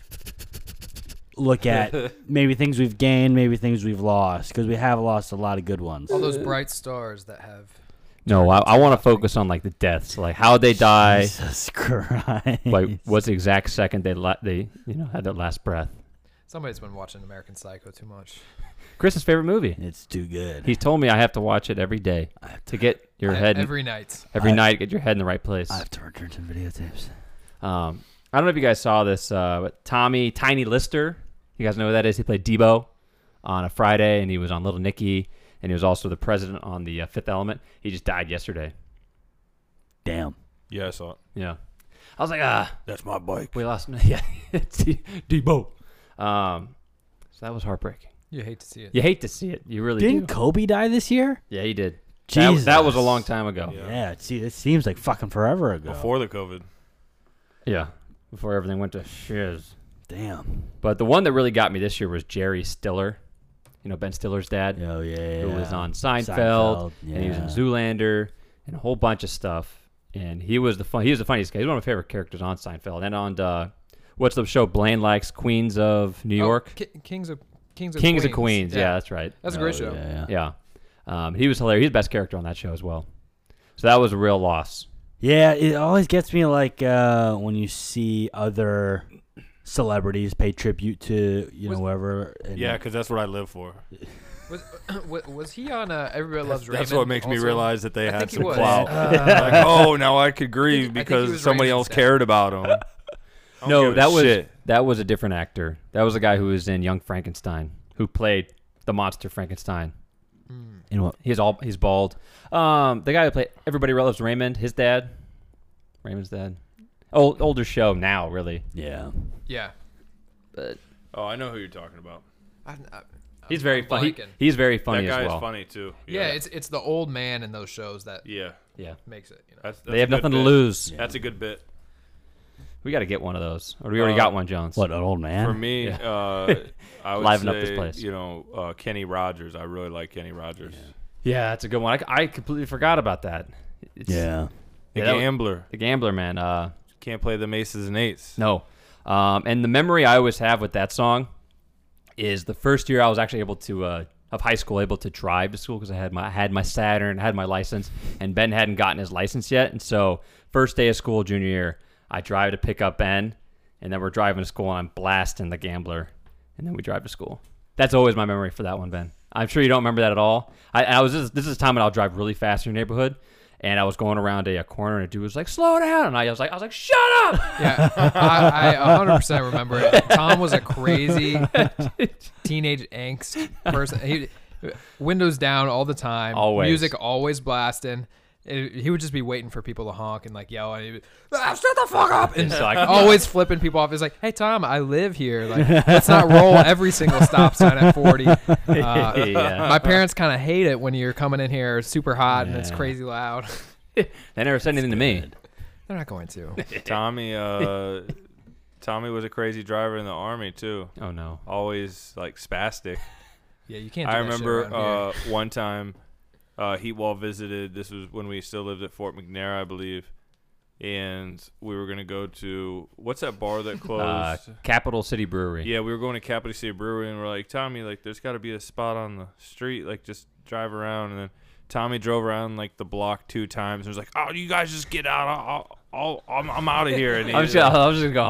look at maybe things we've gained, maybe things we've lost, because we have lost a lot of good ones.
All those bright stars that have.
No, I, I want to focus on like the deaths, like how they die,
Jesus Christ.
like what's the exact second they la- they you know had their last breath.
Somebody's been watching American Psycho too much.
Chris's favorite movie.
It's too good.
He told me I have to watch it every day to get your
E-
head in- every,
every night.
I-
night, get your head in the right place.
I have to return some videotapes.
Um, I don't know if you guys saw this, uh, but Tommy Tiny Lister, you guys know who that is. He played Debo on a Friday, and he was on Little Nicky, and he was also the president on the uh, Fifth Element. He just died yesterday.
Damn.
yeah, I saw it.
Yeah, I was like, ah,
That's my bike.
we lost. Yeah, it's D- Debo. Um, so that was heartbreaking.
You hate to see it.
You hate to see it. You really
Didn't
do.
Kobe die this year?
Yeah, he did. That- That, was a
Jesus.
long time ago. Yeah.
Yeah.
Yeah, see, it seems like fucking forever ago.
Before the COVID.
before everything went to shiz.
Damn.
But the one that really got me this year was Jerry Stiller. you know Ben Stiller's dad,
Oh yeah.
who was on Seinfeld,
yeah.
and he was in Zoolander and a whole bunch of stuff. And he was the fun. He was the funniest guy. He's one of my favorite characters on Seinfeld and on uh, what's the show? Blaine likes Queens of New
Oh,
York.
Ki- Kings of Kings of
Kings
Queens.
of Queens. Yeah. that's right.
that's a great
Oh,
show.
Yeah.
Yeah, um, he was hilarious. He's the best character on that show as well. So that was a real loss.
Yeah, it always gets me like uh, when you see other celebrities pay tribute to you know
Was-
whoever. and-
Yeah, because that's what I live for.
Was, was was he on uh, Everybody Loves Raymond?
That's what makes me
also?
realize that they
I
had
think he
some
was.
clout.
Uh,
like, oh, now I could grieve
think- I think he
because
was
somebody else
Raymond's dad.
cared about him.
No, that was
it.
that was a different actor. That was a guy who was in Young Frankenstein, who played the monster Frankenstein.
You know what?
He's all he's bald. Um, the guy who played Everybody Loves Raymond, his dad, Raymond's dad. Old older show now, really.
Yeah.
Yeah.
Oh, I know who you're talking about.
I, I,
He's very
I'm
funny.
blanking.
He's very funny
that guy
as well.
is funny too.
yeah, it's it's the old man in those shows that
yeah.
Yeah,
makes it. You know.
That's, that's
they
a
have
good
nothing to
bit.
lose.
Yeah.
That's a good bit.
We got to get one of those, or we already
Uh,
got one, Jones.
What an old man.
For me, uh, I would
Liven
say,
up this place.
you know, uh, Kenny Rogers. I really like Kenny Rogers.
Yeah, that's a good one. I, I completely forgot about that. It's-
yeah.
The
Yeah, that was-
gambler
the gambler man. Uh,
can't play the Maces and Eights.
No. Um, and the memory I always have with that song is the first year I was actually able to, uh, of high school, able to drive to school because I had my I had my Saturn, I had my license, and Ben hadn't gotten his license yet. And so, first day of school, junior year, I drive to pick up Ben, and then we're driving to school, and I'm blasting the Gambler, and then we drive to school. That's always my memory for that one, Ben. I'm sure you don't remember that at all. I, I was just, this is a time when I'll drive really fast in your neighborhood, and I was going around a, a corner, and a dude was like, "Slow down," and I was like, "I was like, shut up."
Yeah, I, I 100% remember it. Tom was a crazy teenage angst person. He, windows down all the time.
Always.
Music always blasting. It- he would just be waiting for people to honk and like yell and he'd be, "Ah, shut the fuck up and
It's like-
always flipping people off. It's like, hey Tom, I live here. Like, let's not roll every single stop sign at forty. Uh,
yeah.
my parents kind of hate it when you're coming in here super hot and it's
Yeah.
crazy loud.
They never said anything to me.
They're not going to.
Tommy. Uh, Tommy was a crazy driver in the army too.
Oh no.
Always like spastic.
Yeah, you can't. Do
I
that shit
remember
around here.
uh, one time uh, Heatwall visited. This was when we still lived at Fort McNair, I believe. And we were going to go to what's that bar that closed?
Ah,
Uh, Capital City Brewery.
yeah, we were going to Capital City Brewery, and we're like, Tommy, like, there's got to be a spot on the street. Like, just drive around. And then Tommy drove around, like, the block two times and was like, oh, you guys just get out. I'll, I'll, I'm, I'm out of here. And he,
I'm just, gonna- I'm just gonna go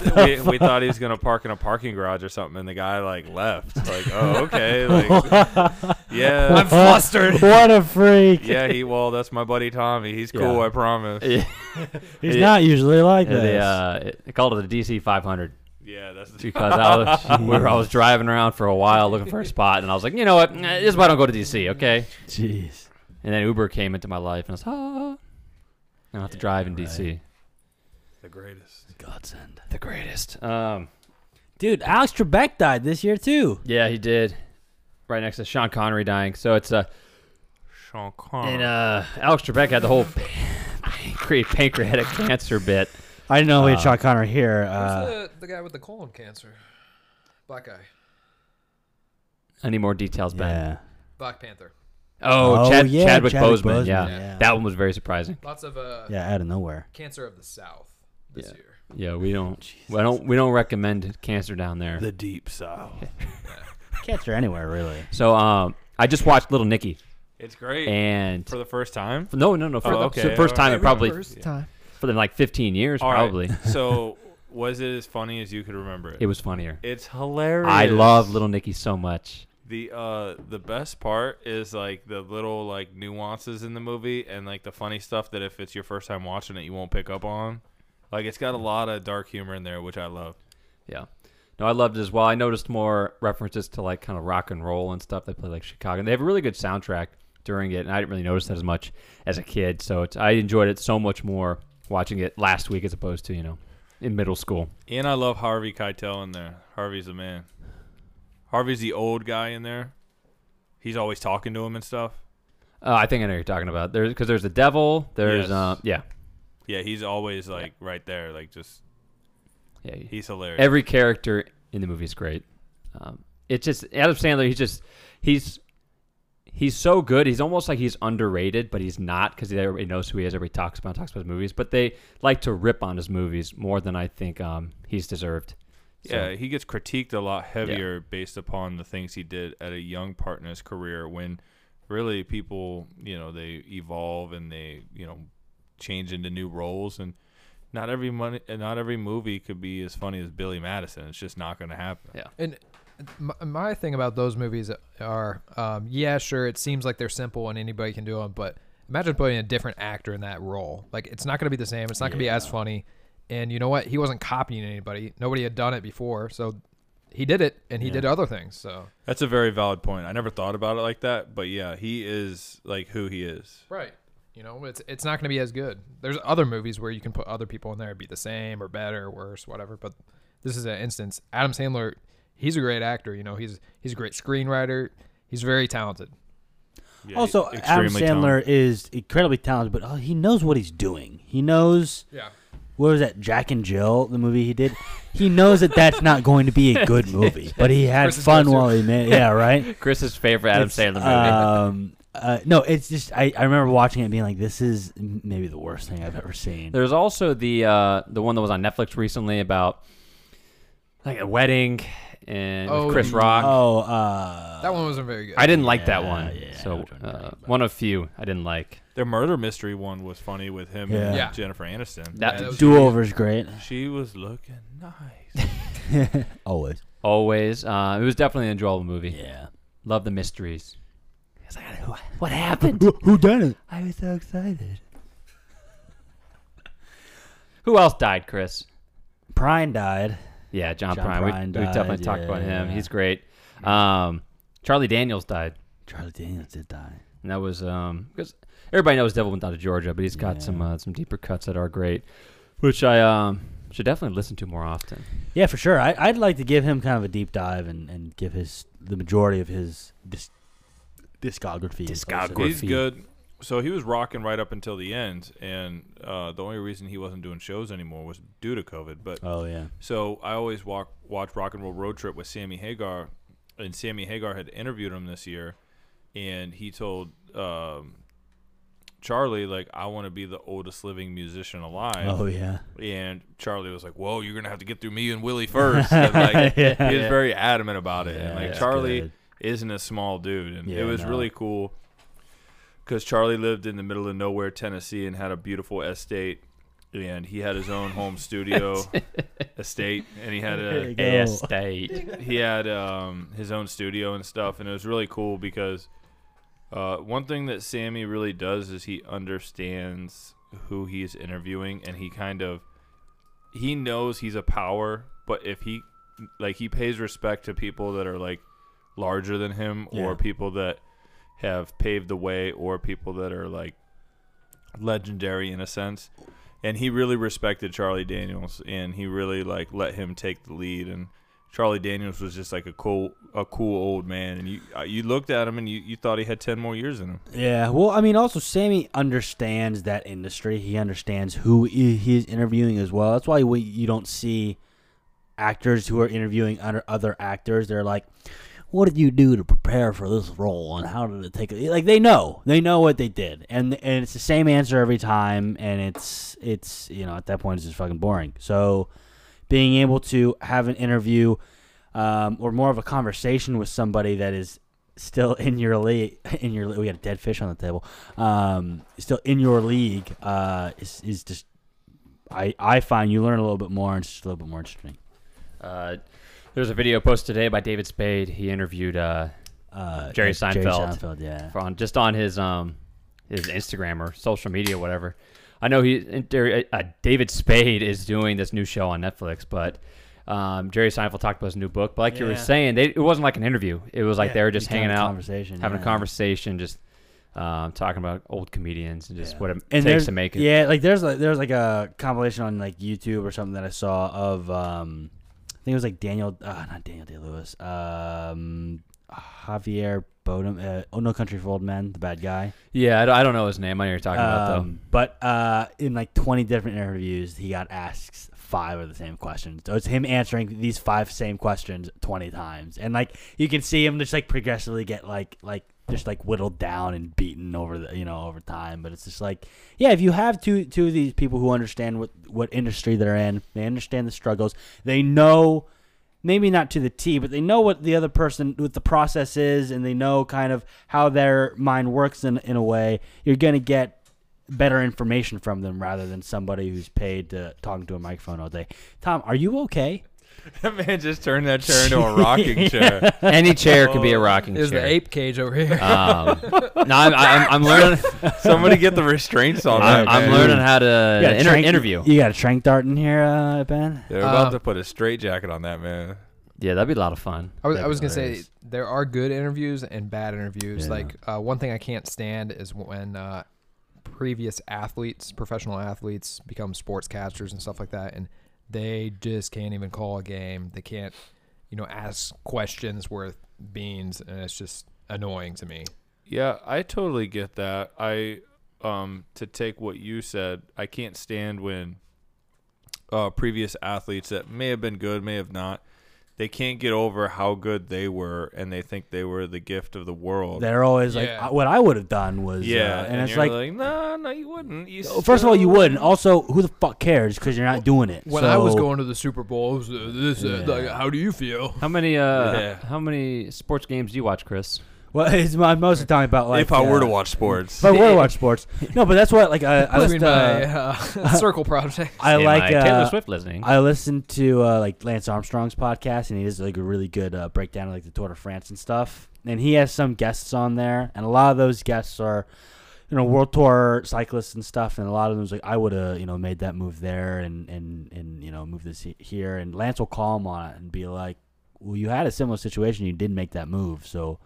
home.
we, we thought he was gonna park in a parking garage or something, and the guy like left. Like, oh okay, like, yeah, I'm flustered.
What a freak.
Yeah, he well, that's my buddy Tommy. He's cool,
Yeah.
I promise.
He's not usually like
Yeah, they,
this.
uh, it- they called it the DC 500
Yeah, that's
because I was, we were- I was driving around for a while looking for a spot, and I was like, you know what? Nah, This is why I don't go to DC, okay?
Jeez.
And then Uber came into my life, and I was, ah, I don't have to drive in DC.
the greatest.
Godsend.
The greatest. Um,
Dude, Alex Trebek died this year too.
yeah, he did. Right next to Sean Connery dying. So it's uh,
Sean Connery.
and uh, Alex Trebek had the whole pancre- pancreatic cancer bit.
I didn't know we
Uh,
had Sean Connery here.
Who's
Uh,
the, the guy with the colon cancer? Black guy.
I need more details, Ben.
yeah.
Black Panther.
Oh,
Oh,
Chad,
yeah,
Chadwick,
Chadwick
Boseman.
Boseman,
Yeah.
yeah.
that one was very surprising.
Lots of uh,
Yeah, out of nowhere.
cancer of the South this year.
Yeah, we don't, we don't, we don't recommend cancer down there.
the deep south.
Cancer anywhere, really.
so, um, I just watched Little Nicky,
It's great
and
for the first time.
no, no, no, for
Oh,
the
okay,
first time,
alright.
in probably
time.
for the like 15 years,
All right,
probably
so, was it as funny as you could remember it?
it was funnier.
it's hilarious.
I love Little Nicky so much.
The uh the best part is like the little like nuances in the movie and like the funny stuff that if it's your first time watching it you won't pick up on. Like it's got a lot of dark humor in there which I love.
Yeah. No, I loved it as well. I noticed more references to like kind of rock and roll and stuff. They play like Chicago. And they have a really good soundtrack during it, and I didn't really notice that as much as a kid. So it's, I enjoyed it so much more watching it last week as opposed to you know in middle school.
And I love Harvey Keitel in there. Harvey's the man. Harvey's the old guy in there. He's always talking to him and stuff.
Uh, I think I know what you're talking about. There's because there's the devil. There's
Yes.
uh, yeah,
Yeah, he's always like right there like just
yeah.
he's hilarious.
Every character in the movie is great. Um, it's just Adam Sandler. He's just he's he's so good. He's almost like he's underrated, but he's not because everybody knows who he is. Everybody talks about talks about his movies, but they like to rip on his movies more than I think um, he's deserved. So,
Yeah, he gets critiqued a lot heavier based upon the things he did at a young part in his career when really people, you know, they evolve and they, you know, change into new roles and not every money and not every movie could be as funny as Billy Madison. It's just not going to happen.
Yeah.
And my, my thing about those movies are, um, yeah, sure, it seems like they're simple and anybody can do them, but imagine putting a different actor in that role. Like, it's not going to be the same. It's not going to be as funny. And you know what? He wasn't copying anybody. Nobody had done it before, so he did it, and he did other things. So
That's a very valid point. I never thought about it like that, but yeah, he is like who he is.
right, you know, it's it's not going to be as good. There's other movies where you can put other people in there, it'd be the same or better or worse, whatever. But this is an instance. Adam Sandler, he's a great actor. You know, he's he's a great screenwriter. He's very talented.
Yeah,
also,
he-
Adam
extremely
Sandler
talented.
is incredibly talented, but oh, he knows what he's doing. He knows
Yeah.
what was that Jack and Jill, the movie he did. He knows that that's not going to be a good movie, but he had
Versus
fun
Dexter.
while he made. Yeah, right.
Chris's favorite Adam
It's,
Sandler movie.
Um, uh, no, it's just I, I remember watching it and being like, this is m- maybe the worst thing I've ever seen.
There's also the uh, the one that was on Netflix recently about like a wedding and with
Oh,
Chris
the-
Rock.
oh, uh,
That one wasn't very good.
I didn't like that
Yeah,
one.
yeah, I know
so
which one you're
uh,
talking about.
one of few I didn't like.
their murder mystery one was funny with him and
Yeah.
Jennifer Aniston.
That
that was-
do over's great.
she was looking nice.
Always.
always, uh, it was definitely an enjoyable movie.
Yeah.
Love the mysteries. I was like, "Wh- what happened?
Who done it?
I was so excited. Who else died, Chris?
Prine died.
Yeah, John,
John
Prine.
Prine
we, we definitely
died,
talked about him.
yeah.
He's great. Um, Charlie Daniels died.
Charlie Daniels did die.
And that was um because everybody knows Devil went down to Georgia, but he's got
Yeah.
some uh, some deeper cuts that are great, which I um should definitely listen to more often.
Yeah, for sure. I, I'd like to give him kind of a deep dive and, and give his the majority of his dis- discography.
Discography.
He's
Gorfie.
good. So he was rocking right up until the end, and uh, the only reason he wasn't doing shows anymore was due to COVID. But
Oh yeah.
so I always walk watch Rock and Roll Road Trip with Sammy Hagar, and Sammy Hagar had interviewed him this year, and he told um, Charlie like I want to be the oldest living musician alive.
Oh yeah.
And Charlie was like, "Whoa, you're gonna have to get through me and Willie first. And like,
Yeah.
he was very adamant about it. and
Yeah,
like
that's
Charlie
good.
isn't a small dude, and
Yeah,
it was
no.
really cool because Charlie lived in the middle of nowhere, Tennessee, and had a beautiful estate, and he had his own home studio estate, and he had
There you
a
go.
State.
he had um, his own studio and stuff, and it was really cool because uh, one thing that Sammy really does is he understands who he's interviewing, and he kind of he knows he's a power, but if he like he pays respect to people that are like larger than him
Yeah.
or people that have paved the way or people that are like legendary in a sense and he really respected Charlie Daniels and he really like let him take the lead and Charlie Daniels was just like a cool a cool old man and you uh, you looked at him and you, you thought he had 10 more years in him.
Yeah, well, I mean, also Sammy understands that industry. He understands who i- he's interviewing as well. That's why we, you don't see actors who are interviewing other other actors. They're like, "What did you do to prepare for this role, and how did it take?" it?" Like they know, they know what they did, and and it's the same answer every time. And it's it's you know at that point it's just fucking boring. So being able to have an interview um, or more of a conversation with somebody that is still in your league in your we got a dead fish on the table um still in your league uh is, is just i i find you learn a little bit more and it's just a little bit more interesting
Uh, there was a video posted today by David Spade. He interviewed uh,
uh
Jerry
it's jerry
Seinfeld.
seinfeld yeah
for on just on his um his Instagram or social media whatever. I know he and Jerry- uh, David Spade is doing this new show on Netflix, but um, Jerry Seinfeld talked about his new book. But like you were
Yeah.
saying, they, it wasn't like an interview. It was like
Yeah,
they were just
became
hanging
a
out,
conversation,
having a
yeah.
conversation, just um, talking about old comedians and just
Yeah.
what it
and
takes
there's
to make it.
yeah like there's like there's like a compilation on like youtube or something that i saw of um i think it was like daniel uh, not daniel day lewis um javier Bodum, uh, oh no country for old men the bad guy
Yeah, I don't, I don't know his name. I know what you're talking about though.
Um, But uh, in like 20 different interviews, he got asked five of the same questions. So It's him answering these five same questions twenty times, and like you can see him just like progressively get like like just like whittled down and beaten over the you know over time. But it's just like yeah, if you have two two of these people who understand what what industry they're in, they understand the struggles, they know maybe not to the T, but they know what the other person, what the process is, and they know kind of how their mind works in, in a way, you're going to get better information from them rather than somebody who's paid to talking to a microphone all day. Tom, are you okay?
that man just turned that chair into a rocking chair.
Any chair could be
Oh.
a rocking
There's
chair.
the ape cage over here.
Uh,
Um, no, I'm, I'm, I'm learning.
Somebody get the restraints on
I'm,
that.
I'm
man.
learning how to
Oh, You got a
Uh, inter-
trank-
interview.
You got a trank dart in here, uh, Ben?
They're about
Um,
Uh,
to put a straight jacket on that man.
Yeah, that'd be a lot of fun.
I was, I
That'd
was
be
gonna say
hilarious.
there are good interviews and bad interviews.
Yeah.
Like uh, one thing I can't stand is when uh, previous athletes, professional athletes, become sportscasters and stuff like that, and they just can't even call a game. They can't, you know, ask questions worth beans, and it's just annoying to me.
Yeah, I totally get that. I um to take what you said, I can't stand when uh previous athletes that may have been good, may have not, they can't get over how good they were and they think they were the gift of the world.
They're always like,
Yeah.
"Uh, what I would have done was,
yeah,
uh, and, it's
you're
like, oh,
no, no, you wouldn't. You
first of all, you
still-
wouldn't. Also, who the fuck cares? Because you're not doing it.
When I was
So-
going to the Super Bowl, it was, uh, this, uh,
Yeah.
like, how do you feel?
How many uh,
Yeah.
how many sports games do you watch, Chris?
Well, it's, I'm mostly talking about like
if I were
uh,
to watch sports,
If I were to watch sports, no, but that's what like I, I
I
listen.
mean, my
Uh,
uh, circle project.
I
Am
like
Taylor
uh,
Swift listening.
I listen to uh, like Lance Armstrong's podcast, and he does like a really good uh, breakdown of like the Tour de France and stuff. And he has some guests on there, and a lot of those guests are, you know, world tour cyclists and stuff. And a lot of them's like, I would have, you know, made that move there, and and and you know, move this he- here. And Lance will call him on it and be like, Well, you had a similar situation, you didn't make that move, so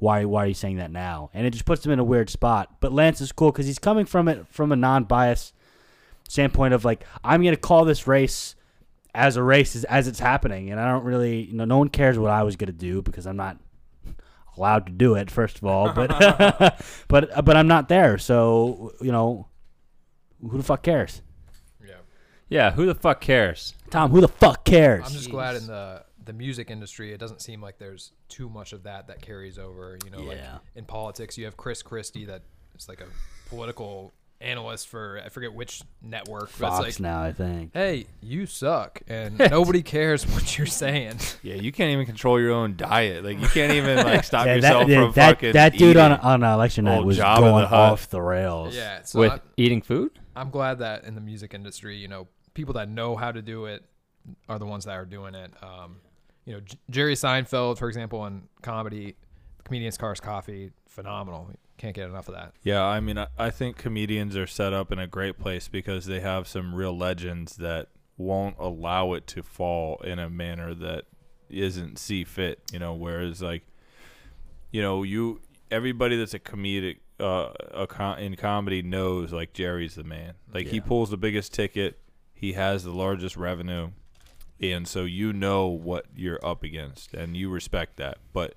why why are you saying that now? And it just puts him in a weird spot. But Lance is cool because he's coming from it from a non-biased standpoint of like I'm gonna call this race as a race as, as it's happening, and I don't really you know no one cares what I was gonna do because I'm not allowed to do it first of all. But but but I'm not there, so you know who the fuck cares?
yeah, who the fuck cares?
Tom, who the fuck cares?
I'm just glad in the the music industry, it doesn't seem like there's too much of that that carries over. You know, like
Yeah.
in politics, you have Chris Christie that is like a political analyst for I forget which network. But
Fox
it's like,
now, I think.
hey, you suck, and nobody cares what you're saying.
yeah, you can't even control your own diet. Like you can't even like stop
Yeah,
yourself
yeah,
from
that,
fucking.
that dude on
eating.
on uh, election night
Old
was
Jabba the
going
Hutt.
off the rails.
yeah, so
With
I'm,
eating food?
I'm glad that in the music industry, you know, people that know how to do it are the ones that are doing it. Um, you know, J- Jerry Seinfeld, for example, in comedy, comedians cars coffee, phenomenal. Can't get enough of that.
Yeah, I mean, I, I think comedians are set up in a great place because they have some real legends that won't allow it to fall in a manner that isn't see fit. You know, whereas like, you know, you everybody that's a comedic uh, a com- in comedy knows like Jerry's the man. Like he pulls the biggest ticket, he has the largest revenue, and so you know what you're up against, and you respect that, but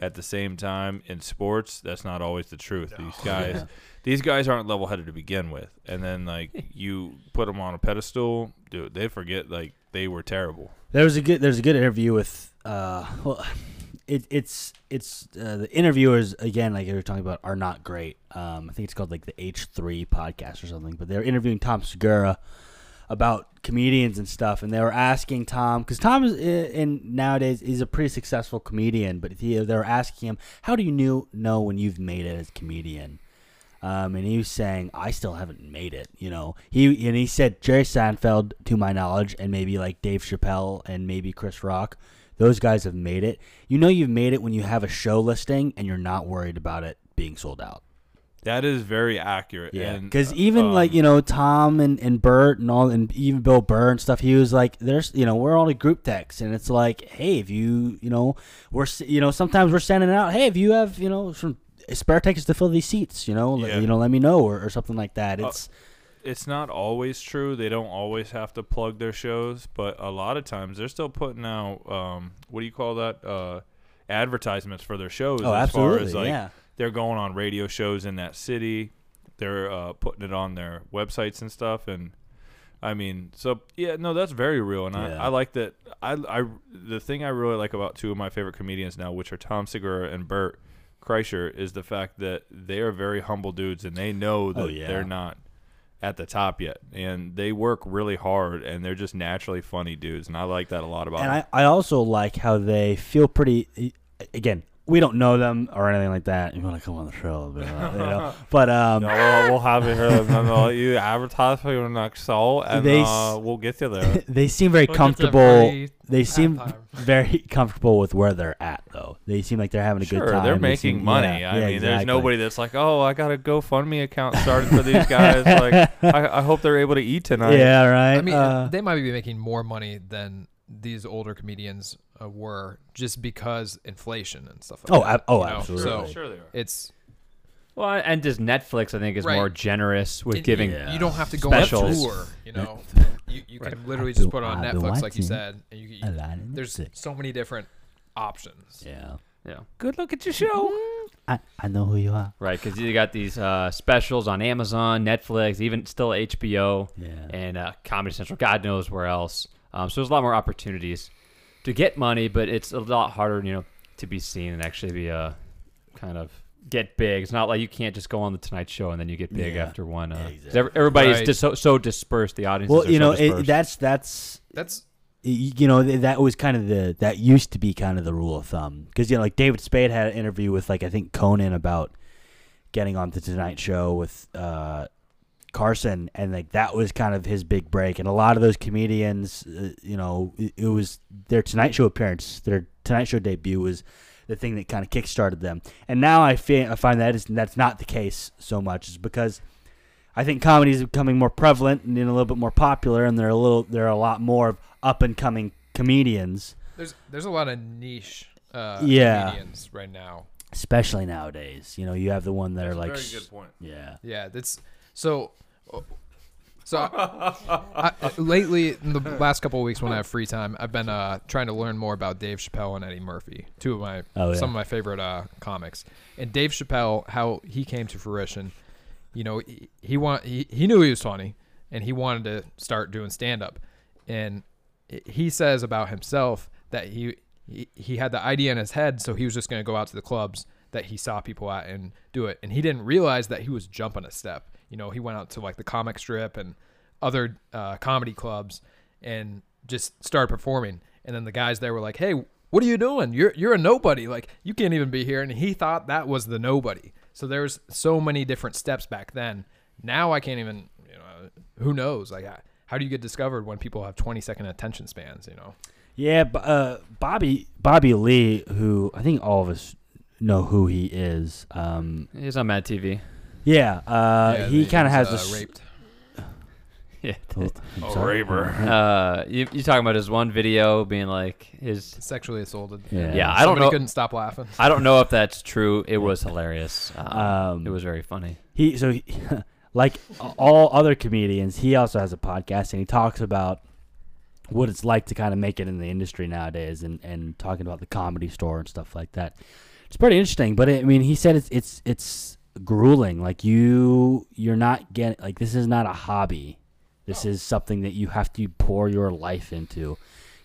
at the same time in sports that's not always the truth these guys these guys aren't level-headed to begin with and then like you put them on a pedestal dude they forget like they were terrible
There was a good. There's a good interview with. Uh, well, it, it's it's uh, the interviewers again. Like you were talking about, are not great. Um, I think it's called like the H three podcast or something. But they're interviewing Tom Segura about comedians and stuff, and they were asking Tom because Tom is i- in nowadays he's a pretty successful comedian. But he, they were asking him, how do you knew, know when you've made it as a comedian? Um, and he was saying, I still haven't made it, you know. He and he said Jerry Seinfeld, to my knowledge, and maybe like Dave Chappelle and maybe Chris Rock, those guys have made it. You know, you've made it when you have a show listing and you're not worried about it being sold out.
that is very accurate
Yeah,
And,
because even
um,
like you know Tom and and Bert and all and even Bill Burr and stuff, he was like, "There's you know we're on a group text and it's like, hey, if you you know we're s- you know sometimes we're sending out, hey, if you have you know some spare tickets to fill these seats, you know, le-
Yeah. Uh,
you know, let me know or, or something like that. It's
it's not always true they don't always have to plug their shows but a lot of times they're still putting out um, what do you call that uh, advertisements for their shows
oh,
as
absolutely,
far as like
yeah.
they're going on radio shows in that city. They're uh, putting it on their websites and stuff, and I mean, so yeah, no, that's very real, and
Yeah.
I, I like that. I, I the thing I really like about two of my favorite comedians now, which are Tom Segura and Bert Kreischer, is the fact that they are very humble dudes, and they know that
Oh, yeah.
they're not at the top yet, and they work really hard, and they're just naturally funny dudes, and I like that a lot about.
And
them.
I, I also like how they feel pretty. e, Again, we don't know them or anything like that. You want to come on the show, you know? but um,
we'll, we'll have it here. and then I'll let you advertise for your next show, and
They
uh,
s-
we'll get you there.
they seem very
Don't get to
comfortable.
free
They seem
halftime.
very comfortable with where they're at, though. They seem like they're having a good
sure,
time.
they're
They
making
seem-
money.
yeah,
I
yeah,
mean, there's
exactly.
nobody that's like, oh, I got a GoFundMe account started for these guys. like, I, I hope they're able to eat tonight.
Yeah, right.
I mean,
uh,
they might be making more money than these older comedians uh, were just because inflation and stuff like
Oh,
that.
ab- oh,
you know?
absolutely.
So
sure they are.
it's
Well, and just Netflix, I think, is
Right.
more generous with
and
giving.
you, you don't have to go on
specials.
tour, you know. you you can literally
I
just
do-
put it on
I do
Netflix
want
like you
to.
said and you, you
I like it.
there's so many different options.
yeah,
Yeah,
Good look at your show.
I, I know who you are.
right. Because you got these uh, specials on Amazon, Netflix, even still HBO
Yeah.
and uh, Comedy Central. God knows where else. Um, so there's a lot more opportunities to get money, but it's a lot harder, you know, to be seen and actually be uh, kind of get big. It's not like you can't just go on the Tonight Show and then you get big
Yeah,
after one. Uh, 'cause
exactly.
every- everybody's
Right.
dis- so, so dispersed. The audience.
Well, you know,
dispersed.
it, that's that's
That's
y- you know th- that was kind of the that used to be kind of the rule of thumb because you know like David Spade had an interview with like I think Conan about getting on the Tonight Show with uh, Carson and like that was kind of his big break and a lot of those comedians uh, you know it, it was their Tonight Show appearance their Tonight Show debut was the thing that kind of kickstarted them and now I feel I find that is that's not the case so much is because I think comedy is becoming more prevalent and a little bit more popular, and there are a little there are a lot more of up and coming comedians,
there's there's a lot of niche uh
Yeah.
comedians right now.
especially nowadays. You know, you have the one that are like, s-
point.
yeah,
Yeah, that's so. uh, So I, I- lately, in the last couple of weeks when I have free time, I've been uh, trying to learn more about Dave Chappelle and Eddie Murphy, two of my
Oh, yeah.
some of my favorite uh, comics. And Dave Chappelle, how he came to fruition, you know, he he, want, he he knew he was funny, and he wanted to start doing stand up, and he- he says about himself that he, he he had the idea in his head, so he was just going to go out to the clubs that he saw people at and do it, and he didn't realize that he was jumping a step. You know, he went out to like the comic strip and other uh, comedy clubs and just started performing, and then the guys there were like, "Hey, what are you doing? You're you're a nobody. Like you can't even be here." And he thought that was the nobody. So there's so many different steps back then. Now I can't even. You know, who knows? Like. I, how do you get discovered when people have 20 second attention spans you know
yeah. b- Uh, Bobby Bobby Lee, who I think all of us know who he is. Um,
He's on Mad TV.
yeah, uh,
Yeah,
he
they-
kind of has
he's, uh,
this.
raped
Yeah.
Oh, I'm
Oh,
sorry.
Raber.
Uh, you you talking about his one video being like his?
sexually assaulted
Yeah.
Yeah, I don't
Somebody
know.
couldn't stop laughing
I don't know if that's true. It was hilarious. Um,
Um,
it was very funny.
he so he, like all other comedians he also has a podcast and he talks about what it's like to kind of make it in the industry nowadays and and talking about the comedy store and stuff like that it's pretty interesting but i mean he said it's it's it's grueling like you you're not getting like this is not a hobby this
Oh.
is something that you have to pour your life into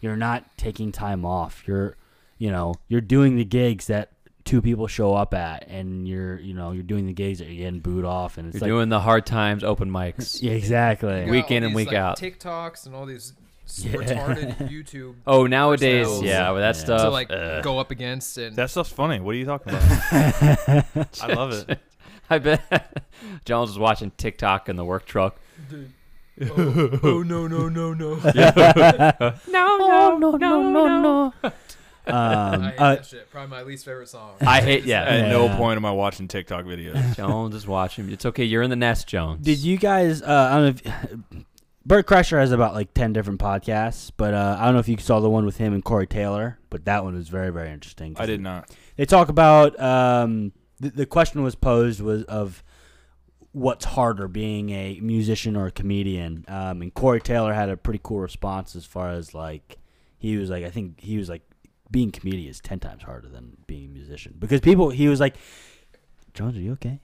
you're not taking time off you're you know you're doing the gigs that two people show up at and you're you know you're doing the gigs that you're getting booed off and it's
You're
like
doing the hard times open mics.
Yeah, exactly
Yeah. Week in and week out.
tiktoks and all these
Yeah.
retarded youtube
Oh, nowadays,
Ourselves.
yeah, with that
Yeah.
stuff.
to like
ugh.
go up against and
That stuff's funny. What are you talking about? I love it.
I bet Jones was watching TikTok in the work truck.
oh, oh, no no no no
No, no, no, no, no, no.
um,
I hate
uh,
that shit. Probably my least favorite song.
I hate
At
yeah.
no
Yeah.
point am I watching TikTok videos.
Jones is watching. It's okay. You're in the nest, Jones.
did you guys uh, i don't know if bert crusher has about like 10 different podcasts but uh, i don't know if you saw the one with him and corey taylor but that one was very very interesting 'cause
I did not.
they talk about um, the, the question was posed was of what's harder being a musician or a comedian um, and corey taylor had a pretty cool response as far as like he was like i think he was like being a comedian is 10 times harder than being a musician because people he was like jones are you okay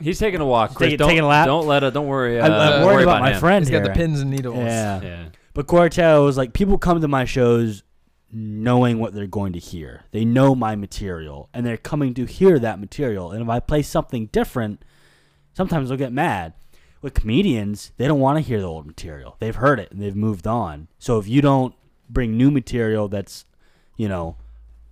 He's taking a walk. Chris.
Taking-
don't,
taking a lap?
Don't let it. Don't worry. Uh,
I'm,
don't
I'm
worry
worried about, my
him.
friend
He's got the
here.
pins and needles.
Yeah.
Yeah.
But Quartel is like people come to my shows knowing what they're going to hear. They know my material and they're coming to hear that material. And if I play something different, sometimes they'll get mad. With comedians, they don't want to hear the old material. They've heard it and they've moved on. So if you don't bring new material that's, you know,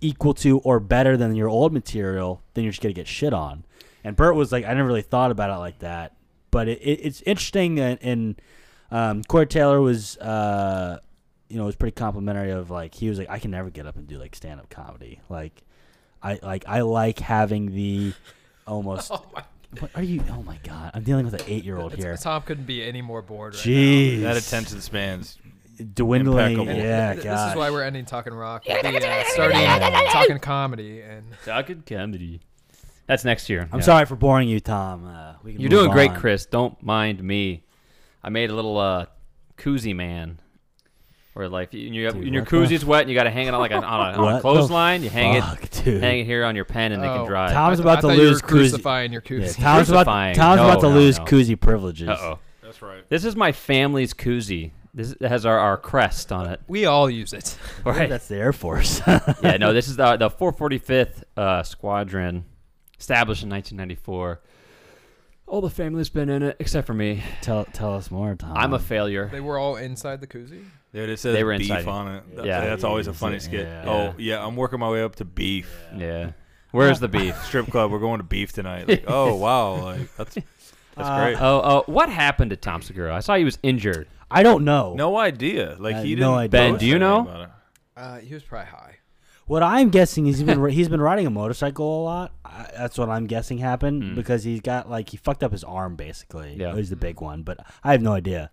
equal to or better than your old material, then you're just gonna get shit on. And Bert was like, I never really thought about it like that, but it, it, it's interesting. that and um, Corey Taylor was, uh, you know, was pretty complimentary of like he was like, I can never get up and do like stand up comedy. Like, I like I like having the almost. what are you? Oh my god! I'm dealing with an eight year old
Oh It's-
here.
Tom couldn't be any more bored. Right
Jeez,
That attention span's
dwindling.
impeccable.
now.
Yeah,
Th-
gosh.
This is why we're ending talking rock. with The, uh, starting talking comedy and
Talking comedy. That's next year.
I'm
Yeah.
sorry for boring you, Tom. Uh, we can
You're
move
doing great,
on.
Chris. Don't mind me. I made a little uh, koozie man, where like you, you have,
Dude,
and your
what the-
koozie's wet, and you got to hang it on like an, on a,
What
on
the
a clothesline. You hang
Fuck,
it,
dude.
hang it here on your pen, and it
Oh,
can dry.
I
Tom's
th-
about to
I thought you were
lose koozie.
crucifying your
Yeah,
koozie.
Tom's about
Crucifying.
Tom's
No,
about to
no,
lose
no.
koozie privileges.
Uh oh.
That's right.
This is my family's koozie. This it has our, our crest on it.
we all use it.
I think
Right.
That's the Air Force.
yeah, no, this is the, the 445th uh, Squadron, established in 1994. All the family's been in it except for me.
tell tell us more, Tom.
I'm
Uh-huh.
a failure.
They were all inside the koozie.
Dude, it says
They were
beef
inside it.
on it. That-
Yeah.
that's always a funny skit.
Yeah.
Oh yeah, I'm working my way up to beef.
Yeah. Where's the beef?
Strip club, we're going to beef tonight. Like, oh wow, like that's that's
Uh,
great.
Oh, oh, what happened to Tom Segura? I saw he was injured.
I don't know.
no idea. Like
I
he didn't.
had no idea. Ben,
post
do you
anything
know?
about it.
Uh, he was probably high.
What I'm guessing is he's been he's been riding a motorcycle a lot. I, that's what I'm guessing happened because he's got like he fucked up his arm basically.
Hmm. Yeah.
it was the big one, but I have no idea.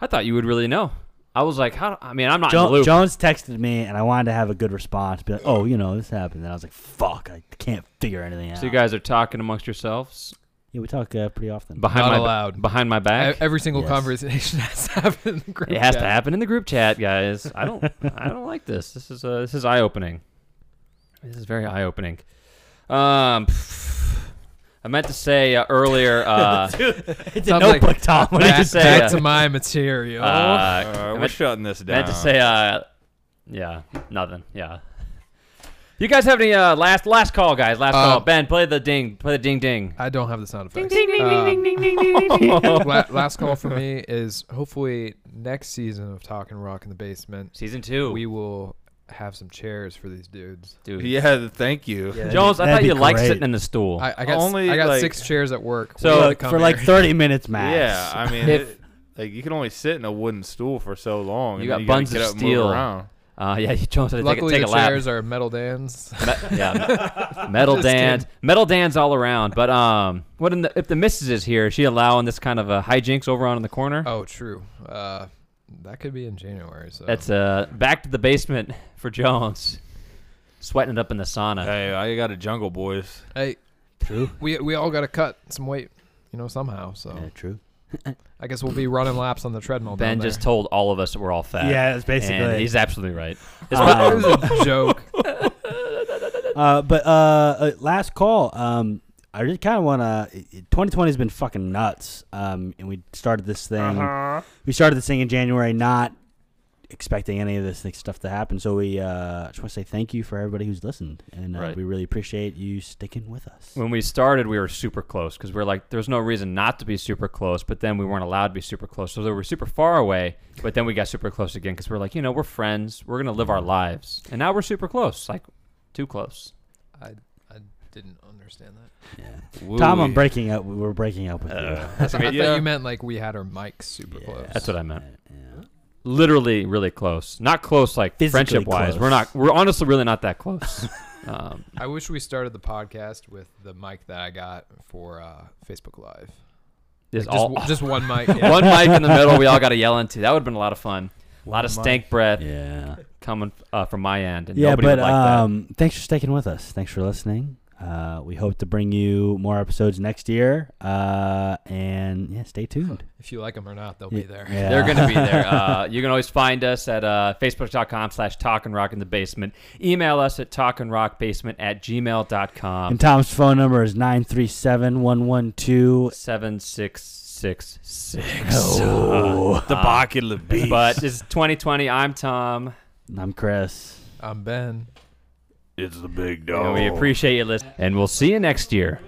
I thought you would really know. I was like, how? I mean, I'm not in the
Jo-
loop.
Jones texted me and I wanted to have a good response, be like, "Oh, you know, this happened." And I was like, "Fuck, I can't figure anything out."
So you guys are talking amongst yourselves
yeah, we talk uh, pretty often.
behind
Not
my
allowed.
behind my
E-
back.
Every single
Yes.
conversation has to happen in the group.
it has to
chat.
happen in the group chat, guys. I don't, I don't like this. This is uh, this is eye opening. This is very eye opening. Um, I meant to say uh, earlier. Uh,
it's a
Sounds like-
notebook, Tom. What did
Back-
you
Back,
say? Ah.
say,
back
uh,
to my material.
uh,
All
I
right, we're
meant-
shutting this down.
Meant to say, uh, yeah, nothing. Yeah. You guys have any uh, last last call, guys? Last
Uh,
call. Ben, play the ding. Play the ding ding.
I don't have the sound effects. Um,
ding.
la- last call for me is hopefully next season of Talking Rock in the Basement,
Season two.
we will have some chairs for these dudes.
Dude.
yeah, thank you.
Jones, I
That'd
thought
be
you liked
great.
sitting in the stool.
I, I got s-
Only,
I got
like-
six chairs at work.
So,
We gotta
Look,
come
for like
here.
30 minutes max.
Yeah, I mean,
If-
it- like you can only sit in a wooden stool for so long.
You
and
got
then you
buns
gotta get
of
up and
steel.
Move around.
uh, yeah, Jones had to take, a-
Luckily,
take a
the
lap.
chairs are metal dance.
Me- yeah, metal dance, metal dance all around. But um, what in the, if the missus is here? Is she allowing this kind of a hijinks over on in the corner?
Oh, true. Uh, that could be in January. So
That's uh, back to the basement for Jones, sweating it up in the sauna.
Hey, I got a jungle, boys.
hey,
True.
we we all gotta cut some weight, you know, somehow. So
Yeah, true.
I guess we'll be running laps on the treadmill. down
Ben
there.
just told all of us that we're all fat.
Yeah, that's basically
And
it.
he's absolutely right. It's
Um,
what-
it was a joke.
Uh, but uh, uh, last call. Um, I just kind of want to. 2020 has been fucking nuts. Um, and we started this thing. We started this thing in January, not expecting any of this stuff to happen. So we uh, just want to say thank you for everybody who's listened, and uh,
Right.
we really appreciate you sticking with us.
when we started, we were super close because we are like, there's no reason not to be super close, but then we weren't allowed to be super close. So we were super far away, but then we got super close again because we are like, you know, we're friends. We're going to live our lives. And now we're super close, like too close.
I I didn't understand that.
Tom, I'm
Wooey.
breaking up. We're breaking up with
I,
you.
thought- I thought
Yeah.
you meant like we had our mics super close.
That's what I meant.
Yeah.
Literally, really close. Not close, like
Physically
friendship wise.
close.
We're not, we're honestly really not that close. um,
I wish we started the podcast with the mic that I got for uh, Facebook Live.
it's
Just,
all,
just one mic. yeah.
one mic in the middle we all got to yell into. That would have been a lot of fun. A lot of
One
stank breath
Yeah.
coming uh, from my end, and
Yeah,
nobody
but
would like that.
um, thanks for sticking with us. Thanks for listening. Uh, we hope to bring you more episodes next year. Uh, and yeah, stay tuned.
If you like them or not, they'll
Y-
be there.
yeah.
They're going to be there. Uh, you can always find us at uh, facebook.com slash talk and rock in the basement. Email us at talk and rock basement at gmail.com.
And Tom's phone number is 937 112.
7666.
Oh.
The bucket of beef.
uh, But this is 2020. I'm Tom.
I'm Chris.
I'm Ben.
It's the big
And we appreciate you listening. And we'll see you next year.